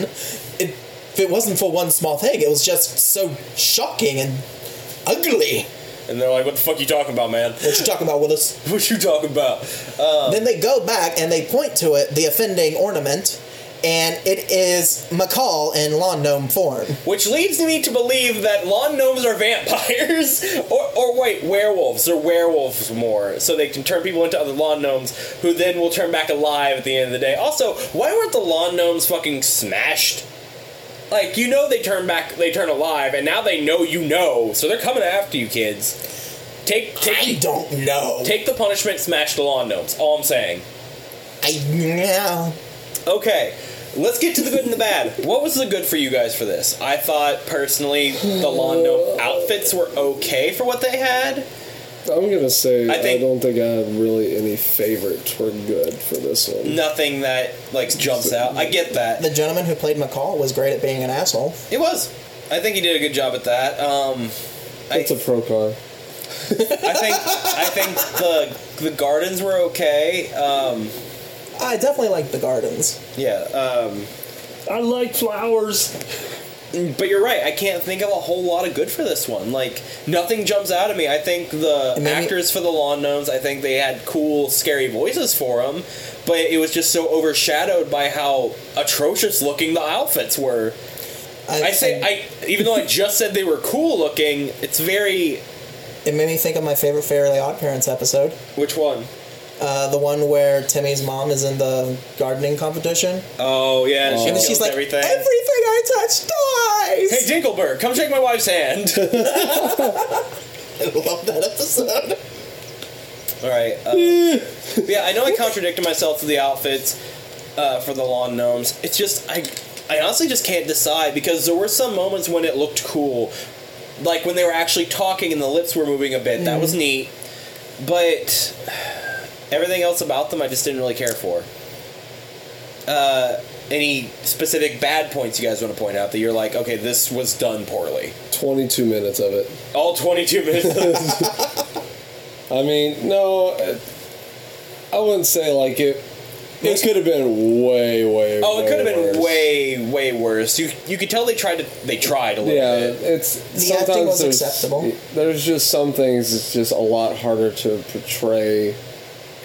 Speaker 3: if it wasn't for one small thing. It was just so shocking and ugly.
Speaker 1: and they're like, what the fuck you talking about, man?
Speaker 3: What you talking about, Willis?
Speaker 1: What you talking about? Uh,
Speaker 3: Then they go back and they point to it, the offending ornament, and it is McCall in lawn gnome form.
Speaker 1: Which leads me to believe that lawn gnomes are vampires. or, or wait, werewolves. They're werewolves more. So they can turn people into other lawn gnomes who then will turn back alive at the end of the day. Also, why weren't the lawn gnomes fucking smashed? Like, you know they turn back, they turn alive, and now they know you know. So they're coming after you, kids. Take,
Speaker 3: I
Speaker 1: take,
Speaker 3: don't know.
Speaker 1: take the punishment, smash the lawn gnomes. All I'm saying.
Speaker 3: I yeah.
Speaker 1: Okay, let's get to the good and the bad. What was the good for you guys for this? I thought personally the Londo outfits were okay for what they had.
Speaker 2: I'm gonna say
Speaker 1: I
Speaker 2: I,
Speaker 1: think-
Speaker 2: don't think I have really any favorites were good for this one.
Speaker 1: Nothing that like jumps out. I get that.
Speaker 3: The gentleman who played McCall was great at being an asshole.
Speaker 1: It was. I think he did a good job at that. Um, I,
Speaker 2: It's a pro car.
Speaker 1: I think I think the the gardens were okay. Um,
Speaker 3: I definitely liked the gardens.
Speaker 1: yeah.
Speaker 2: I like flowers.
Speaker 1: Um, but you're right. I can't think of a whole lot of good for this one. Like nothing jumps out at me. I think the
Speaker 3: And then-
Speaker 1: actors for the lawn gnomes. I think they had cool, scary voices for them. But it was just so overshadowed by how atrocious looking the outfits were. I say I even though I just said they were cool looking, it's very
Speaker 3: It made me think of my favorite Fairly Odd Parents episode,
Speaker 1: which one?
Speaker 3: uh, the one where Timmy's mom is in the gardening competition,
Speaker 1: Oh yeah, and she
Speaker 3: and
Speaker 1: kills
Speaker 3: she's like,
Speaker 1: everything.
Speaker 3: "Everything I touch dies."
Speaker 1: hey Dinkelberg, come shake my wife's hand.
Speaker 3: I love that episode.
Speaker 1: All right. Uh, yeah, I know I contradicted myself for the outfits uh, for the lawn gnomes. It's just I, I honestly just can't decide because there were some moments when it looked cool, like when they were actually talking and the lips were moving a bit. That was neat, but everything else about them I just didn't really care for. Uh, any specific bad points you guys want to point out that you're like, okay, this was done poorly?
Speaker 2: Twenty-two minutes of it.
Speaker 1: All 22 minutes.
Speaker 2: I mean, no, it- I wouldn't say like it. It could have been way, way.
Speaker 1: Oh, it
Speaker 2: way
Speaker 1: could have been
Speaker 2: worse.
Speaker 1: way, way worse. You you could tell they tried to they tried a little
Speaker 2: Yeah,
Speaker 1: bit.
Speaker 2: it's
Speaker 3: The acting
Speaker 2: sometimes
Speaker 3: was
Speaker 2: there's,
Speaker 3: acceptable.
Speaker 2: There's just some things it's just a lot harder to portray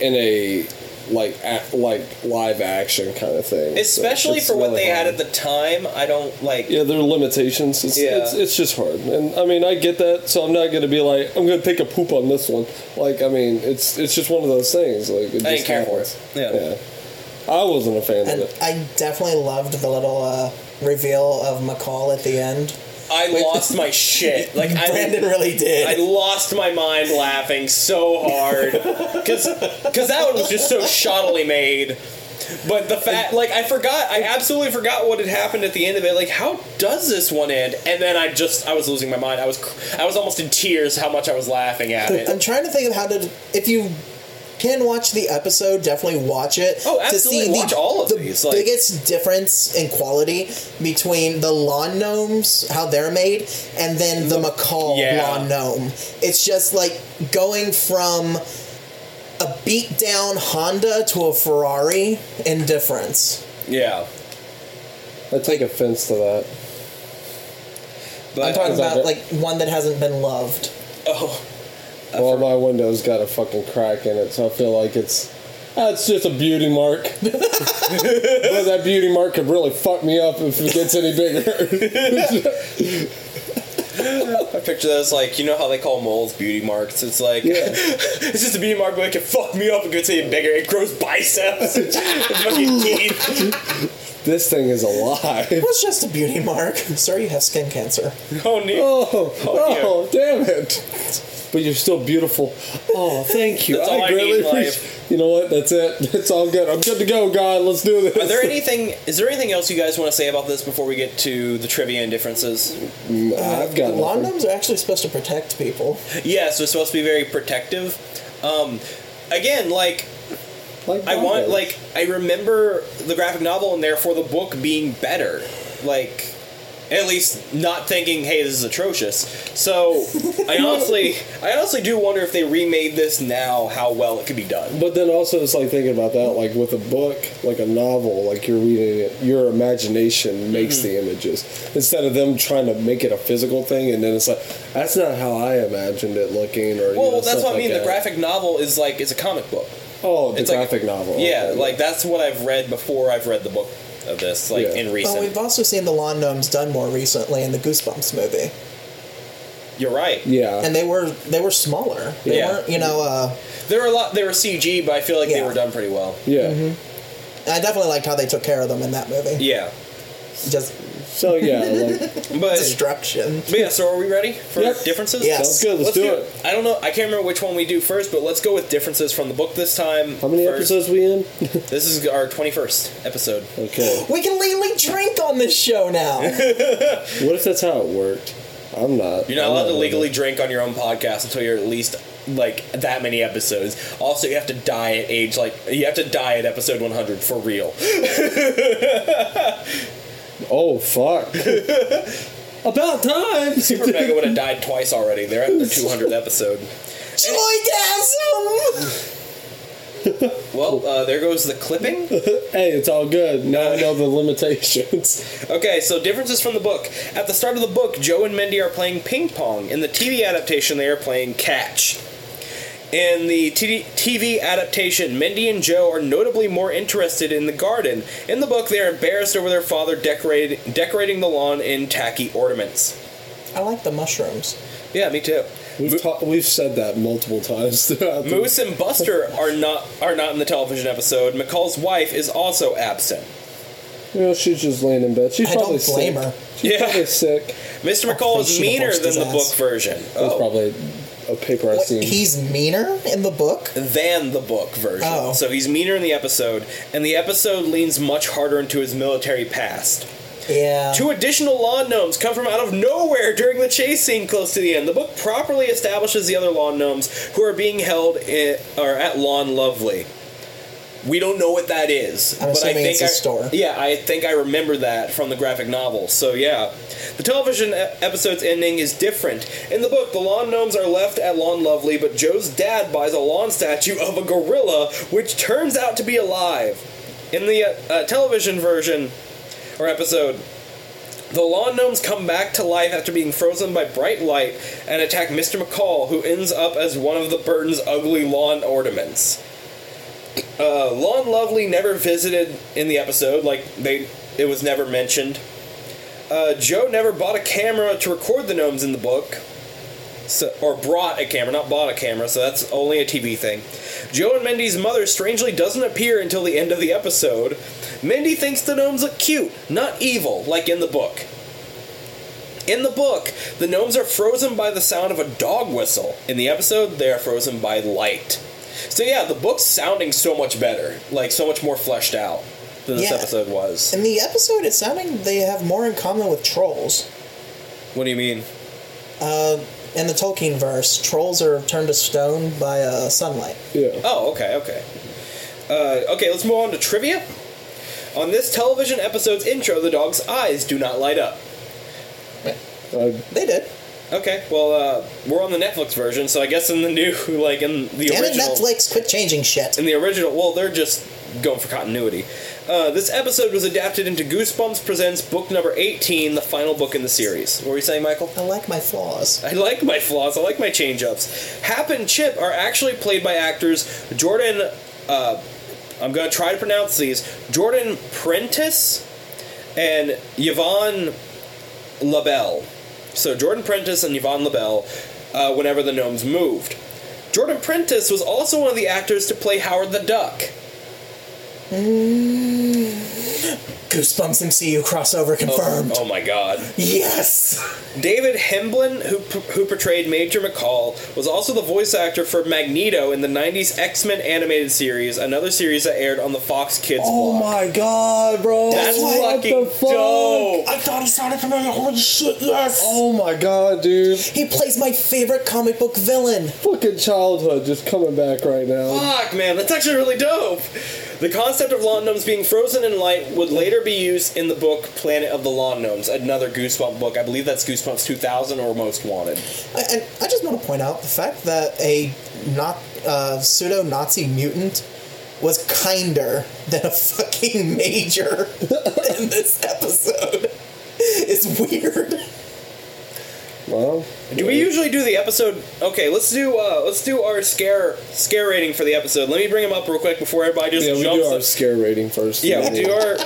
Speaker 2: in a like act, like live action kind of thing. So
Speaker 1: Especially
Speaker 2: it's
Speaker 1: for what
Speaker 2: really
Speaker 1: they had at
Speaker 2: hard.
Speaker 1: the time, I don't like.
Speaker 2: yeah, there are limitations. It's,
Speaker 1: Yeah.
Speaker 2: it's it's just hard, and I mean I get that. So I'm not gonna be like I'm gonna take a poop on this one. Like I mean it's it's just one of those things. Like it
Speaker 1: I didn't
Speaker 2: just
Speaker 1: care for
Speaker 2: happens.
Speaker 1: it. Yeah.
Speaker 2: I wasn't a fan
Speaker 3: And
Speaker 2: of it.
Speaker 3: I definitely loved the little uh, reveal of McCall at the end.
Speaker 1: I lost my shit. Like
Speaker 3: Brandon
Speaker 1: I.
Speaker 3: really did.
Speaker 1: I lost my mind laughing so hard because that one was just so shoddily made. But the fact, like, I forgot, I absolutely forgot what had happened at the end of it. Like, how does this one end? And then I just, I was losing my mind. I was, cr- I was almost in tears how much I was laughing at it.
Speaker 3: I'm trying to think of how to. If you can watch the episode, definitely watch it.
Speaker 1: Oh,
Speaker 3: to
Speaker 1: absolutely,
Speaker 3: see
Speaker 1: watch
Speaker 3: the,
Speaker 1: all of
Speaker 3: the
Speaker 1: these, like-
Speaker 3: biggest difference in quality between the lawn gnomes, how they're made, and then the McCall
Speaker 1: Yeah.
Speaker 3: lawn gnome. It's just like going from a beat down Honda to a Ferrari in difference.
Speaker 1: Yeah.
Speaker 2: I take offense to that.
Speaker 1: But,
Speaker 3: I'm talking
Speaker 2: Is that
Speaker 3: about
Speaker 2: it?
Speaker 3: like one that hasn't been loved.
Speaker 1: Oh,
Speaker 2: Well, my window's got a fucking crack in it, so I feel like it's that's just a beauty mark. but that beauty mark could really fuck me up if it gets any bigger.
Speaker 1: I picture that as like you know how they call moles beauty marks. It's like
Speaker 2: Yeah.
Speaker 1: it's just a beauty mark, but it can fuck me up. It gets any bigger. It grows biceps, and fucking teeth.
Speaker 2: this thing is alive.
Speaker 3: It was just a beauty mark. Sir, you have skin cancer.
Speaker 1: Oh, neat.
Speaker 2: Oh,
Speaker 1: yeah.
Speaker 2: oh, damn it! But you're still beautiful. Oh, thank you.
Speaker 1: That's all I need in life.
Speaker 2: appreciate- You know what? That's it. It's all good. I'm good to go, God. Let's do this.
Speaker 1: Are there anything? Is there anything else you guys want to say about this before we get to the trivia and differences? uh,
Speaker 2: I've got
Speaker 3: Lawn
Speaker 2: nothing.
Speaker 3: gnomes are actually supposed to protect people.
Speaker 1: Yeah, so it's supposed to be very protective. Um, again, like
Speaker 2: Like
Speaker 1: I want
Speaker 2: Bondo.
Speaker 1: like I remember the graphic novel and therefore the book being better. Like at least not thinking, hey, this is atrocious. So I honestly I honestly do wonder if they remade this now, how well it could be done.
Speaker 2: But then also, it's like thinking about that, like with a book, like a novel, like you're reading it, your imagination makes
Speaker 1: Mm-hmm.
Speaker 2: the images instead of them trying to make it a physical thing. And then it's like, that's not how I imagined it looking. Or you
Speaker 1: Well,
Speaker 2: know,
Speaker 1: that's
Speaker 2: stuff
Speaker 1: what I
Speaker 2: like
Speaker 1: mean. The
Speaker 2: that.
Speaker 1: graphic novel is like it's a comic book.
Speaker 2: Oh, the
Speaker 1: It's like-
Speaker 2: graphic novel.
Speaker 1: Yeah,
Speaker 2: okay.
Speaker 1: like that's what I've read before I've read the book of this, like
Speaker 2: Yeah.
Speaker 1: in
Speaker 3: But
Speaker 1: recent.
Speaker 3: we've also seen the lawn gnomes done more recently in the Goosebumps movie,
Speaker 1: You're right.
Speaker 2: yeah.
Speaker 3: and they were they were smaller. They
Speaker 1: Yeah.
Speaker 3: weren't, you know. Uh,
Speaker 1: There were a lot. They were CG, but I feel like they
Speaker 3: Yeah.
Speaker 1: were done pretty well.
Speaker 2: yeah.
Speaker 3: I definitely liked how they took care of them in that movie.
Speaker 1: Yeah,
Speaker 3: Just
Speaker 2: So yeah, like,
Speaker 1: but.
Speaker 3: destruction.
Speaker 1: But yeah, so are we ready for
Speaker 2: Yep.
Speaker 1: differences?
Speaker 3: Yeah.
Speaker 2: sounds good. Let's, do, it.
Speaker 1: I don't know. I can't remember which one we do first, but let's go with differences from the book this time.
Speaker 2: How many
Speaker 1: first.
Speaker 2: episodes we in?
Speaker 1: This is our twenty-first episode.
Speaker 2: okay.
Speaker 3: We can legally drink on this show now.
Speaker 2: What if that's how it worked? I'm not.
Speaker 1: You're not
Speaker 2: I'm
Speaker 1: allowed to
Speaker 2: gonna-
Speaker 1: legally drink on your own podcast until you're at least like that many episodes. Also, you have to die at age like you have to die at episode 100 for real.
Speaker 2: Oh fuck! About time.
Speaker 1: Super Mega would have died twice already. They're at their 200th episode.
Speaker 3: Joygasm!
Speaker 1: Well, uh, there goes the clipping.
Speaker 2: hey, it's all good. Now I know the limitations.
Speaker 1: Okay, so differences from the book. At the start of the book, Joe and Mendy are playing ping pong. In the TV adaptation, they are playing catch. In the TD TV adaptation, Mendy and Joe are notably more interested in the garden. In the book, they are embarrassed over their father decorated, decorating the lawn in tacky ornaments.
Speaker 3: I like the mushrooms.
Speaker 1: Yeah, me too.
Speaker 2: We've ta- we've said that multiple times throughout. the-
Speaker 1: Moose and Buster are not are not in the television episode. McCall's wife is also absent.
Speaker 2: You know, she's just laying in bed. She's
Speaker 3: I
Speaker 2: probably
Speaker 3: don't blame
Speaker 2: sick.
Speaker 3: her.
Speaker 2: She's
Speaker 1: Yeah.
Speaker 2: probably sick.
Speaker 3: Oh,
Speaker 1: Mr. McCall is
Speaker 3: should've
Speaker 1: meaner
Speaker 3: watched
Speaker 1: than
Speaker 3: his
Speaker 1: the
Speaker 3: ass.
Speaker 1: book version.
Speaker 2: That's
Speaker 1: Oh.
Speaker 2: probably a paper I've
Speaker 3: What,
Speaker 2: seen.
Speaker 3: he's meaner in the book?
Speaker 1: than the book version.
Speaker 3: Oh.
Speaker 1: So he's meaner in the episode, and the episode leans much harder into his military past.
Speaker 3: Yeah.
Speaker 1: Two additional lawn gnomes come from out of nowhere during the chase scene close to the end. The book properly establishes the other lawn gnomes who are being held in, or at Lawn Lovely. We don't know what that is, but
Speaker 3: I'm
Speaker 1: I
Speaker 3: assuming
Speaker 1: think
Speaker 3: it's a
Speaker 1: I-
Speaker 3: store.
Speaker 1: yeah, I think I remember that from the graphic novel. So yeah, the television e- episode's ending is different. In the book, the lawn gnomes are left at Lawn Lovely, but Joe's dad buys a lawn statue of a gorilla, which turns out to be alive. In the uh, uh, television version or episode, the lawn gnomes come back to life after being frozen by bright light and attack Mr. McCall, who ends up as one of the Burton's ugly lawn ornaments. Uh, lawn Lovely never visited in the episode, like they it was never mentioned. Uh, Joe never bought a camera to record the gnomes in the book. So, or brought a camera, not bought a camera, so that's only a TV thing. Joe and Mindy's mother strangely doesn't appear until the end of the episode. Mindy thinks the gnomes look cute, not evil, like in the book. In the book, the gnomes are frozen by the sound of a dog whistle. In the episode, they are frozen by light. So yeah, the book's sounding so much better, like so much more fleshed out than this
Speaker 3: Yeah.
Speaker 1: episode was.
Speaker 3: in the episode, it's sounding they have more in common with trolls.
Speaker 1: What do you mean?
Speaker 3: In the Tolkien verse, trolls are turned to stone by uh, sunlight.
Speaker 2: yeah.
Speaker 1: Oh, okay, okay. Uh, okay, let's move on to trivia. On this television episode's intro, the dog's eyes do not light up.
Speaker 2: I,
Speaker 3: They did.
Speaker 1: Okay, well, uh, we're on the Netflix version, so I guess in the new, like in the
Speaker 3: Damn it,
Speaker 1: original,
Speaker 3: Netflix, quit changing shit.
Speaker 1: in the original, well, they're just going for continuity. Uh, this episode was adapted into Goosebumps Presents book number 18, the final book in the series. What were you saying, Michael?
Speaker 3: I like my flaws.
Speaker 1: I like my flaws. I like my change-ups. Hap and Chip are actually played by actors Jordan. Uh, I'm gonna try to pronounce these. Jordan Prentice and Yvonne Labelle. So Jordan Prentice and Yvonne Labelle. Uh, whenever the gnomes moved, Jordan Prentice was also one of the actors to play Howard the Duck.
Speaker 3: Goosebumps MCU crossover confirmed.
Speaker 1: Oh my God.
Speaker 3: Yes!
Speaker 1: David Hemblin, who, who portrayed Major McCall, was also the voice actor for Magneto in the 90s X Men animated series, another series that aired on the Fox Kids
Speaker 3: Oh
Speaker 1: block.
Speaker 3: my god, bro!
Speaker 1: That's
Speaker 3: What?
Speaker 1: fucking
Speaker 2: the fuck?
Speaker 1: dope!
Speaker 3: I thought he sounded familiar. Holy shit, yes!
Speaker 2: oh my god, dude!
Speaker 3: He plays my favorite comic book villain.
Speaker 2: Fucking childhood just coming back right now.
Speaker 1: Fuck, man, that's actually really dope! The concept of lawn gnomes being frozen in light would later be used in the book Planet of the Lawn Gnomes, another Goosebump book. I believe that's Goosebumps 2000 or Most Wanted.
Speaker 3: I, and I just want to point out the fact that a not uh, pseudo Nazi mutant was kinder than a fucking major in this episode. It's weird.
Speaker 2: Well,
Speaker 1: Do we usually do the episode? Okay, let's do uh, let's do our scare scare rating for the episode. Let me bring them up real quick before everybody just
Speaker 2: yeah, we do
Speaker 1: jumps.
Speaker 2: our scare rating first.
Speaker 1: Yeah,
Speaker 2: And
Speaker 1: we
Speaker 2: then
Speaker 1: do our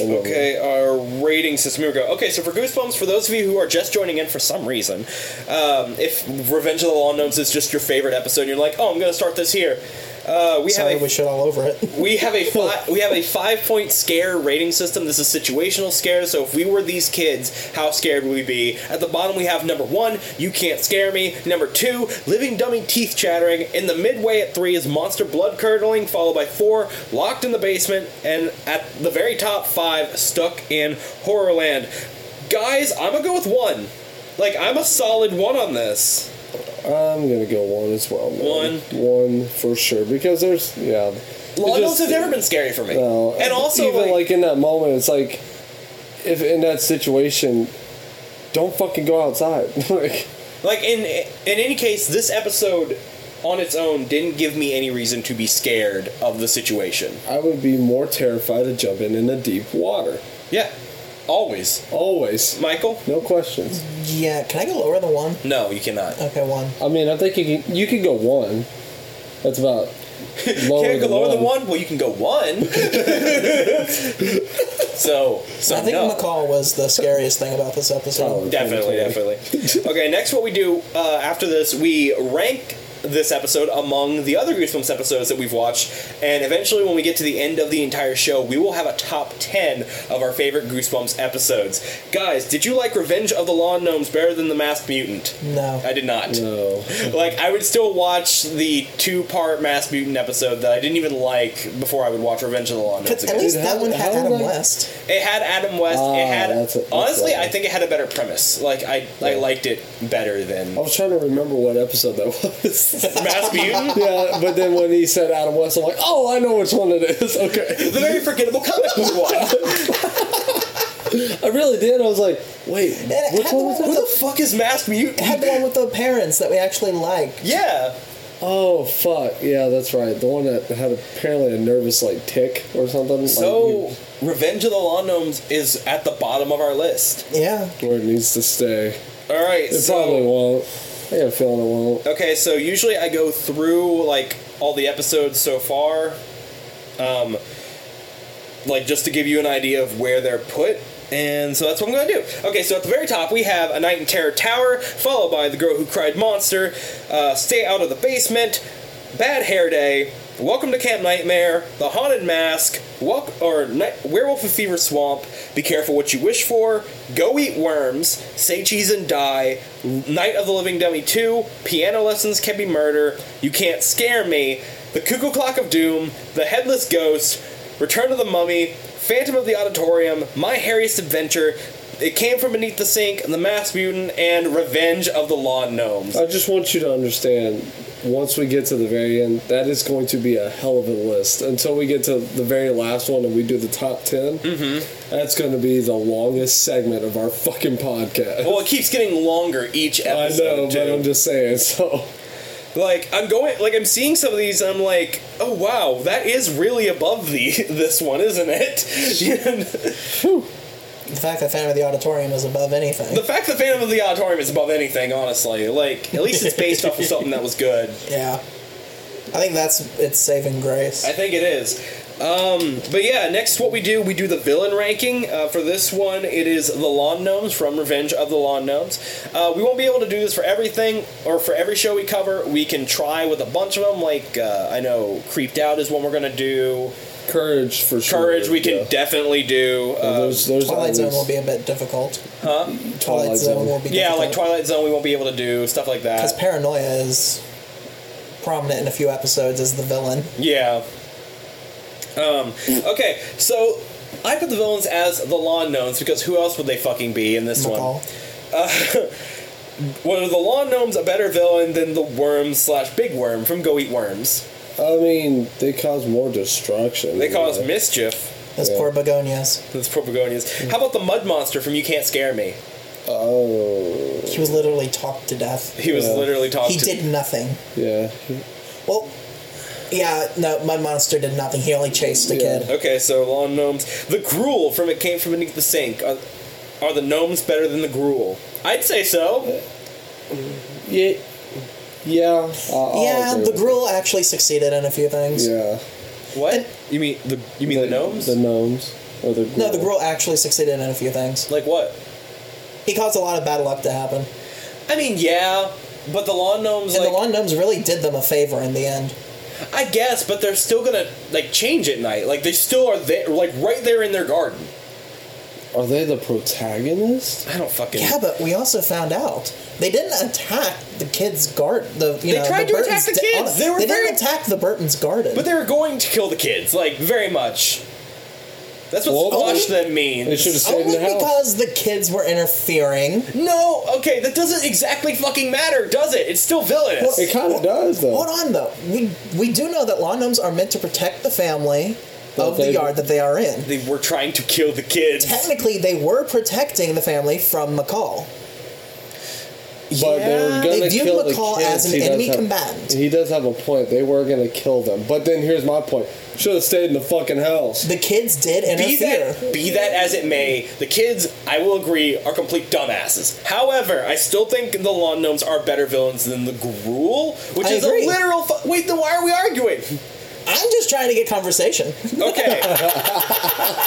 Speaker 2: we'll-
Speaker 1: okay our rating system. Here we go. Okay, so for Goosebumps, for those of you who are just joining in for some reason, um, if Revenge of the Lawn Gnomes is just your favorite episode, and you're like, oh, I'm gonna start this here. Uh, we
Speaker 3: Sorry,
Speaker 1: have a
Speaker 3: we shit all over it.
Speaker 1: we have a fi- we have a five point scare rating system. This is situational scare. So if we were these kids, how scared would we be? At the bottom, we have number one, you can't scare me. Number two, living dummy teeth chattering. In the midway at three is monster blood curdling, followed by four, locked in the basement, and at the very top five, stuck in horrorland. Guys, I'm gonna go with one. Like I'm a solid one on this.
Speaker 2: I'm gonna go one as well. man. one for sure because there's yeah.
Speaker 1: Lawn gnomes
Speaker 2: It just-
Speaker 1: have never been scary for me.
Speaker 2: No,
Speaker 1: and also,
Speaker 2: even like,
Speaker 1: like,
Speaker 2: in that moment, it's like if in that situation, don't fucking go outside. like
Speaker 1: like in in any case, this episode on its own didn't give me any reason to be scared of the situation.
Speaker 2: I would be more terrified of jumping in the deep water.
Speaker 1: Yeah, always,
Speaker 2: Always,
Speaker 1: Michael.
Speaker 2: no questions.
Speaker 3: Yeah, can I go lower than one?
Speaker 1: No, you cannot.
Speaker 3: Okay, one.
Speaker 2: I mean, I think you can you can go one. That's about lower,
Speaker 1: Can't go
Speaker 2: than,
Speaker 1: lower
Speaker 2: one.
Speaker 1: than Oh, one. Well, you can go one. so, so
Speaker 3: I think
Speaker 1: no.
Speaker 3: McCall was the scariest thing about this episode.
Speaker 2: Solid.
Speaker 1: Definitely, definitely. okay, next, what we do uh, after this, we rank this episode among the other Goosebumps episodes that we've watched, and eventually, when we get to the end of the entire show, we will have a top 10 of our favorite Goosebumps episodes. Guys, did you like Revenge of the Lawn Gnomes better than The Masked Mutant?
Speaker 3: No.
Speaker 1: I did not.
Speaker 2: No,
Speaker 1: Like, I would still watch the two part Masked Mutant episode that I didn't even like before I would watch Revenge of the Lawn Gnomes
Speaker 3: At
Speaker 1: again.
Speaker 3: least
Speaker 2: Dude,
Speaker 3: that
Speaker 2: how-
Speaker 3: one had
Speaker 2: how
Speaker 3: Adam
Speaker 2: did I-
Speaker 3: West.
Speaker 1: It had Adam West. it
Speaker 2: Ah,
Speaker 1: had
Speaker 2: that's a- that's
Speaker 1: honestly,
Speaker 2: right.
Speaker 1: I think it had a better premise. Like I, I
Speaker 2: Yeah. Oh,
Speaker 1: liked it better than
Speaker 2: I was trying to remember what episode that was.
Speaker 1: Mass Mutant.
Speaker 2: yeah, but then when he said Adam West, I'm like, oh, I know which one it is. Okay,
Speaker 1: The very forgettable comic book one.
Speaker 2: I really did. I was like, wait,
Speaker 3: it
Speaker 2: which
Speaker 3: had
Speaker 2: one
Speaker 3: the
Speaker 2: was
Speaker 3: one
Speaker 2: that?
Speaker 1: Who the fuck is Mass
Speaker 3: It
Speaker 1: Mutant?
Speaker 3: had the one with the parents that we actually liked.
Speaker 1: Yeah,
Speaker 2: Oh fuck! Yeah, that's right. The one that had apparently a nervous like tick or something.
Speaker 1: so
Speaker 2: like,
Speaker 1: Revenge of the Lawn Gnomes is at the bottom of our list.
Speaker 3: Yeah.
Speaker 2: you- where it needs to stay.
Speaker 1: All right,
Speaker 2: It
Speaker 1: so
Speaker 2: probably won't. I got a feeling it won't.
Speaker 1: okay, so usually I go through like all the episodes so far, um, like just to give you an idea of where they're put. And so that's what I'm going to do. Okay, so at the very top we have A Night in Terror Tower, followed by The Girl Who Cried Monster, uh, Stay Out of the Basement, Bad Hair Day, Welcome to Camp Nightmare, The Haunted Mask, Walk or Night- Werewolf of Fever Swamp, Be Careful What You Wish For, Go Eat Worms, Say Cheese and Die, Night of the Living Dummy 2, Piano Lessons Can Be Murder, You Can't Scare Me, The Cuckoo Clock of Doom, The Headless Ghost, Return of the Mummy, Phantom of the Auditorium, My Hairiest Adventure, It Came from Beneath the Sink, The Masked Mutant, and Revenge of the Lawn Gnomes.
Speaker 2: I just want you to understand. Once we get to the very end, that is going to be a hell of a list. Until we get to the very last one and we do the top 10 mm-hmm. that's going to be the longest segment of our fucking podcast.
Speaker 1: Well, it keeps getting longer each
Speaker 2: I know,
Speaker 1: episode.
Speaker 2: but
Speaker 1: too.
Speaker 2: I'm just saying. So
Speaker 1: like I'm going, like I'm seeing some of these, and I'm like, oh wow, that is really above the this one, isn't it?
Speaker 3: The fact that Phantom of the Auditorium is above anything.
Speaker 1: the fact that Phantom of the Auditorium is above anything, honestly, like at least it's based off of something that was good.
Speaker 3: yeah. I think that's its saving grace.
Speaker 1: I think it is. Um, but yeah, next what we do, we do the villain ranking. Uh, for this one, it is the Lawn Gnomes from Revenge of the Lawn Gnomes. Uh, we won't be able to do this for everything or for every show we cover. We can try with a bunch of them. Like uh, I know, Creeped Out is one we're gonna do.
Speaker 2: courage for sure.
Speaker 1: Courage, we can
Speaker 2: Yeah.
Speaker 1: definitely do. Um,
Speaker 2: Uh, Those- those
Speaker 3: Twilight Zone
Speaker 2: always-
Speaker 3: will be a bit difficult. Huh? Twilight,
Speaker 2: Twilight
Speaker 3: Zone,
Speaker 2: Zone.
Speaker 3: will be
Speaker 1: yeah,
Speaker 3: difficult.
Speaker 1: like Twilight Zone, we won't be able to do stuff like
Speaker 3: Because
Speaker 1: that.
Speaker 3: Paranoia is prominent in a few episodes as the villain.
Speaker 1: yeah. Um. Okay, so I put the villains as the lawn gnomes because who else would they fucking be in this one?
Speaker 3: McCall.
Speaker 1: Well, are the lawn gnomes a better villain than the worm slash big worm from Go Eat Worms?
Speaker 2: I mean, they cause more destruction.
Speaker 1: They cause
Speaker 2: Yeah.
Speaker 1: mischief.
Speaker 3: Those
Speaker 2: Yeah.
Speaker 3: poor begonias.
Speaker 1: Those poor begonias. How about the mud monster from You Can't Scare Me?
Speaker 2: Oh,
Speaker 3: He was literally talked to death.
Speaker 1: He was
Speaker 2: Yeah.
Speaker 1: literally talking.
Speaker 3: He
Speaker 1: to-
Speaker 3: did nothing.
Speaker 2: yeah.
Speaker 3: Well, yeah, no, Mud Monster did nothing. He only chased a
Speaker 2: Yeah.
Speaker 3: kid.
Speaker 1: Okay, so lawn gnomes. The gruel from It Came From Beneath the Sink. Are, are the gnomes better than the gruel? I'd say so.
Speaker 2: Yeah. Yeah. I'll
Speaker 3: yeah,
Speaker 2: agree
Speaker 3: the
Speaker 2: with
Speaker 3: gruel actually succeeded in a few
Speaker 2: that.
Speaker 3: things.
Speaker 2: Yeah.
Speaker 1: What? You mean the you mean the, gnomes?
Speaker 2: The gnomes. Or the
Speaker 3: No, the gruel actually succeeded in a few things.
Speaker 1: like what?
Speaker 3: He caused a lot of bad luck to happen.
Speaker 1: I mean, yeah, but the lawn gnomes
Speaker 3: And
Speaker 1: like
Speaker 3: the Lawn Gnomes really did them a favor in the end.
Speaker 1: I guess, but they're still gonna like change at night. Like they still are there, like right there in their garden.
Speaker 2: Are they the protagonist?
Speaker 1: I don't fucking.
Speaker 3: Yeah, but we also found out they didn't attack the kids' garden. The you
Speaker 1: They
Speaker 3: know,
Speaker 1: tried
Speaker 3: the
Speaker 1: to attack
Speaker 3: Burton's
Speaker 1: the
Speaker 3: di-
Speaker 1: kids. They were
Speaker 3: didn't
Speaker 1: very-
Speaker 3: attack the Burton's garden.
Speaker 1: But they were going to kill the kids, like very much. That's what
Speaker 2: Well,
Speaker 1: squash them
Speaker 2: They
Speaker 1: means.
Speaker 2: should have stayed in
Speaker 3: Only
Speaker 2: the house.
Speaker 3: because the kids were interfering.
Speaker 1: No, okay, that doesn't exactly fucking matter, does it? It's still villainous.
Speaker 2: It kind of does, though.
Speaker 3: Hold on, though. We we do know that lawn gnomes are meant to protect the family
Speaker 2: But
Speaker 3: of the
Speaker 2: they-
Speaker 3: yard that they are in.
Speaker 1: They were trying to kill the kids.
Speaker 3: Technically, they were protecting the family from McCall.
Speaker 2: But they were
Speaker 1: Yeah.
Speaker 2: gonna
Speaker 3: They view
Speaker 2: kill
Speaker 3: McCall
Speaker 2: the kids.
Speaker 3: as an
Speaker 2: He does
Speaker 3: enemy
Speaker 2: have-
Speaker 3: combatant.
Speaker 2: He does have a point. They were gonna kill them. But then here's my point. Should have stayed in the fucking house.
Speaker 3: The kids did
Speaker 1: Be
Speaker 3: interfere.
Speaker 1: that, be that as it may, the kids, I will agree, are complete dumbasses. However, I still think the lawn gnomes are better villains than the gruel, which
Speaker 3: I
Speaker 1: is
Speaker 3: agree.
Speaker 1: a literal. Fu- Wait, then why are we arguing?
Speaker 3: I'm just trying to get conversation.
Speaker 1: Okay,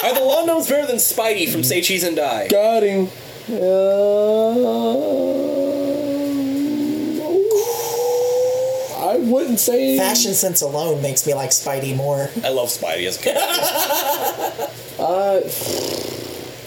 Speaker 1: are the lawn gnomes better than Spidey from Say Cheese and Die?
Speaker 2: Got him. Uh, I wouldn't say.
Speaker 3: Fashion sense alone makes me like Spidey more.
Speaker 1: I love Spidey as a kid.
Speaker 2: Uh,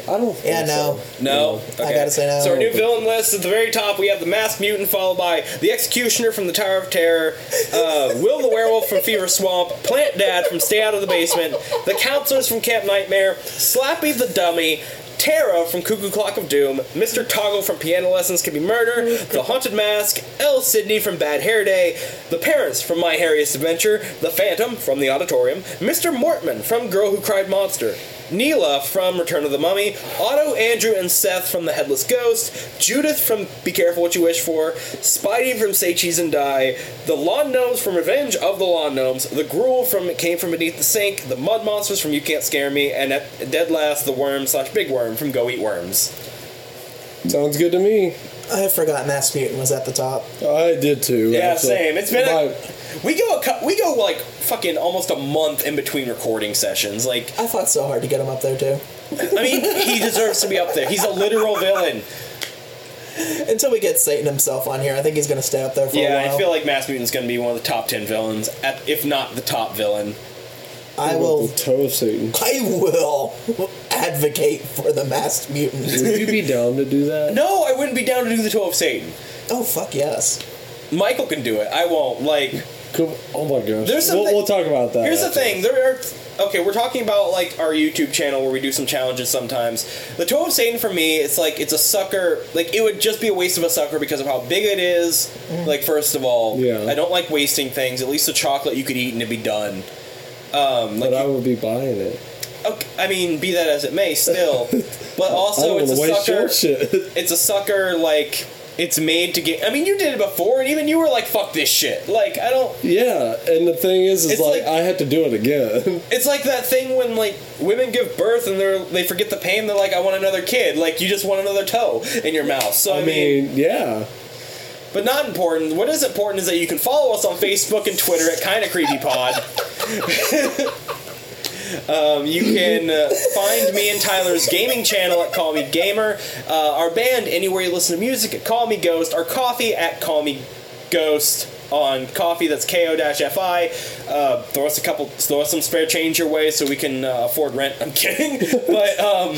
Speaker 2: I don't. Think
Speaker 3: Yeah, no.
Speaker 2: so.
Speaker 1: No,
Speaker 3: I gotta say no.
Speaker 1: So our new villain list at the very top, we have the masked mutant, followed by the executioner from the Tower of Terror, uh, Will the werewolf from Fever Swamp, Plant Dad from Stay Out of the Basement, the counselors from Camp Nightmare, Slappy the dummy. Tara from Cuckoo Clock of Doom, Mr. Toggle from Piano Lessons Can Be Murder, The Haunted Mask, L. Sydney from Bad Hair Day, The Parents from My Hairiest Adventure, The Phantom from The Auditorium, Mr. Mortman from Girl Who Cried Monster, Neela from Return of the Mummy, Otto, Andrew, and Seth from The Headless Ghost, Judith from Be Careful What You Wish For, Spidey from Say Cheese and Die, The Lawn Gnomes from Revenge of the Lawn Gnomes, The Gruel from Came From Beneath the Sink, The Mud Monsters from You Can't Scare Me, and at dead last, The Worm slash Big Worm from Go Eat Worms.
Speaker 2: Sounds good to me.
Speaker 3: I had forgotten Mass Mutant was at the top.
Speaker 2: I did too.
Speaker 1: Yeah,
Speaker 2: actually.
Speaker 1: same. It's been a,
Speaker 2: My-
Speaker 1: we go a, cou- we go like fucking almost a month in between recording sessions. Like
Speaker 3: I fought so hard to get him up there too.
Speaker 1: I mean, he deserves to be up there. He's a literal villain.
Speaker 3: Until we get Satan himself on here, I think he's gonna stay up there for a while.
Speaker 1: Yeah, I feel like Mass Mutant's going to be one of the top ten villains, at, if not the top villain.
Speaker 3: I
Speaker 2: with
Speaker 3: will.
Speaker 2: the toe Satan.
Speaker 3: I will advocate for the masked mutant.
Speaker 2: Would you be down to do that?
Speaker 1: No, I wouldn't be down to do the Toe of Satan.
Speaker 3: oh fuck yes!
Speaker 1: Michael can do it. I won't. Like,
Speaker 2: Come- Oh my gosh.
Speaker 1: There's
Speaker 2: we'll,
Speaker 1: something-
Speaker 2: we'll talk about that.
Speaker 1: here's the
Speaker 2: after.
Speaker 1: thing: there are okay. We're talking about like our YouTube channel where we do some challenges sometimes. The Toe of Satan for me, it's like it's a sucker. Like it would just be a waste of a sucker because of how big it is. Like first of all,
Speaker 2: Mm. Yeah.
Speaker 1: I don't like wasting things. At least the chocolate you could eat and it'd be done.
Speaker 2: But I would be buying it.
Speaker 1: Okay, I mean, be that as it may, still. But
Speaker 2: I don't
Speaker 1: also, it's
Speaker 2: want
Speaker 1: a
Speaker 2: to waste
Speaker 1: sucker.
Speaker 2: your shit.
Speaker 1: it's a sucker like it's made to get i mean you did it before and even you were like fuck this shit like i don't
Speaker 2: yeah, and the thing is, is
Speaker 1: It's
Speaker 2: like,
Speaker 1: like-
Speaker 2: I had to do it again.
Speaker 1: it's like that thing when like women give birth and they're they forget the pain they're like i want another kid like you just want another toe in your mouth so i,
Speaker 2: I
Speaker 1: mean,
Speaker 2: mean, yeah.
Speaker 1: but not important what is important is that you can follow us on facebook and twitter at kinda creepy pod Um, you can uh, find me and Tyler's gaming channel at Call Me Gamer, uh, our band anywhere you listen to music at Call Me Ghost, our coffee at Call Me Ghost on coffee that's ko-fi uh, throw us a couple throw us some spare change your way so we can uh, afford rent i'm kidding but um,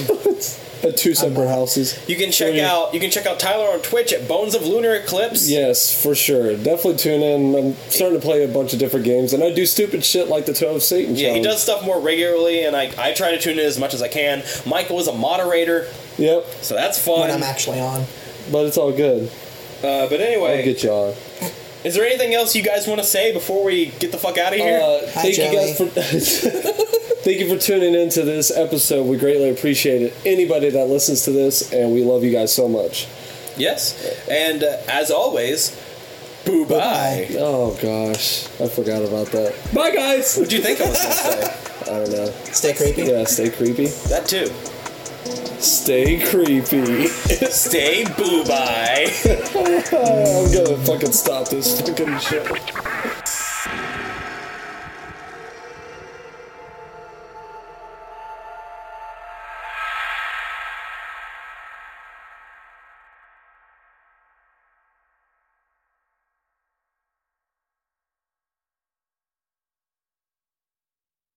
Speaker 2: At two separate houses.
Speaker 1: you can check
Speaker 2: Sure.
Speaker 1: out you can check out tyler on twitch at bones of lunar eclipse
Speaker 2: Yes, for sure. Definitely tune in. I'm starting to play a bunch of different games, and I do stupid shit like the Toe of Satan.
Speaker 1: yeah he
Speaker 2: challenge.
Speaker 1: does stuff more regularly and I, I try to tune in as much as i can michael is a moderator
Speaker 2: Yep,
Speaker 1: so that's fun
Speaker 3: When I'm actually on,
Speaker 2: but it's all good.
Speaker 1: uh, but anyway
Speaker 2: I'll get you on.
Speaker 1: Is there anything else you guys want to say before we get the fuck out of here?
Speaker 2: Uh,
Speaker 3: Hi,
Speaker 2: thank you guys for
Speaker 3: Joey.
Speaker 2: thank you for tuning in to this episode. We greatly appreciate it. Anybody that listens to this, and we love you guys so much.
Speaker 1: yes. And uh, as always, boo bye.
Speaker 3: Bye-bye.
Speaker 2: Oh gosh, I forgot about that. Bye guys.
Speaker 1: What do you think I was going to say?
Speaker 2: I don't know.
Speaker 3: stay creepy.
Speaker 2: Yeah, stay creepy.
Speaker 1: That too.
Speaker 2: Stay creepy.
Speaker 1: Stay boo bye.
Speaker 2: I'm gonna fucking stop this fucking shit.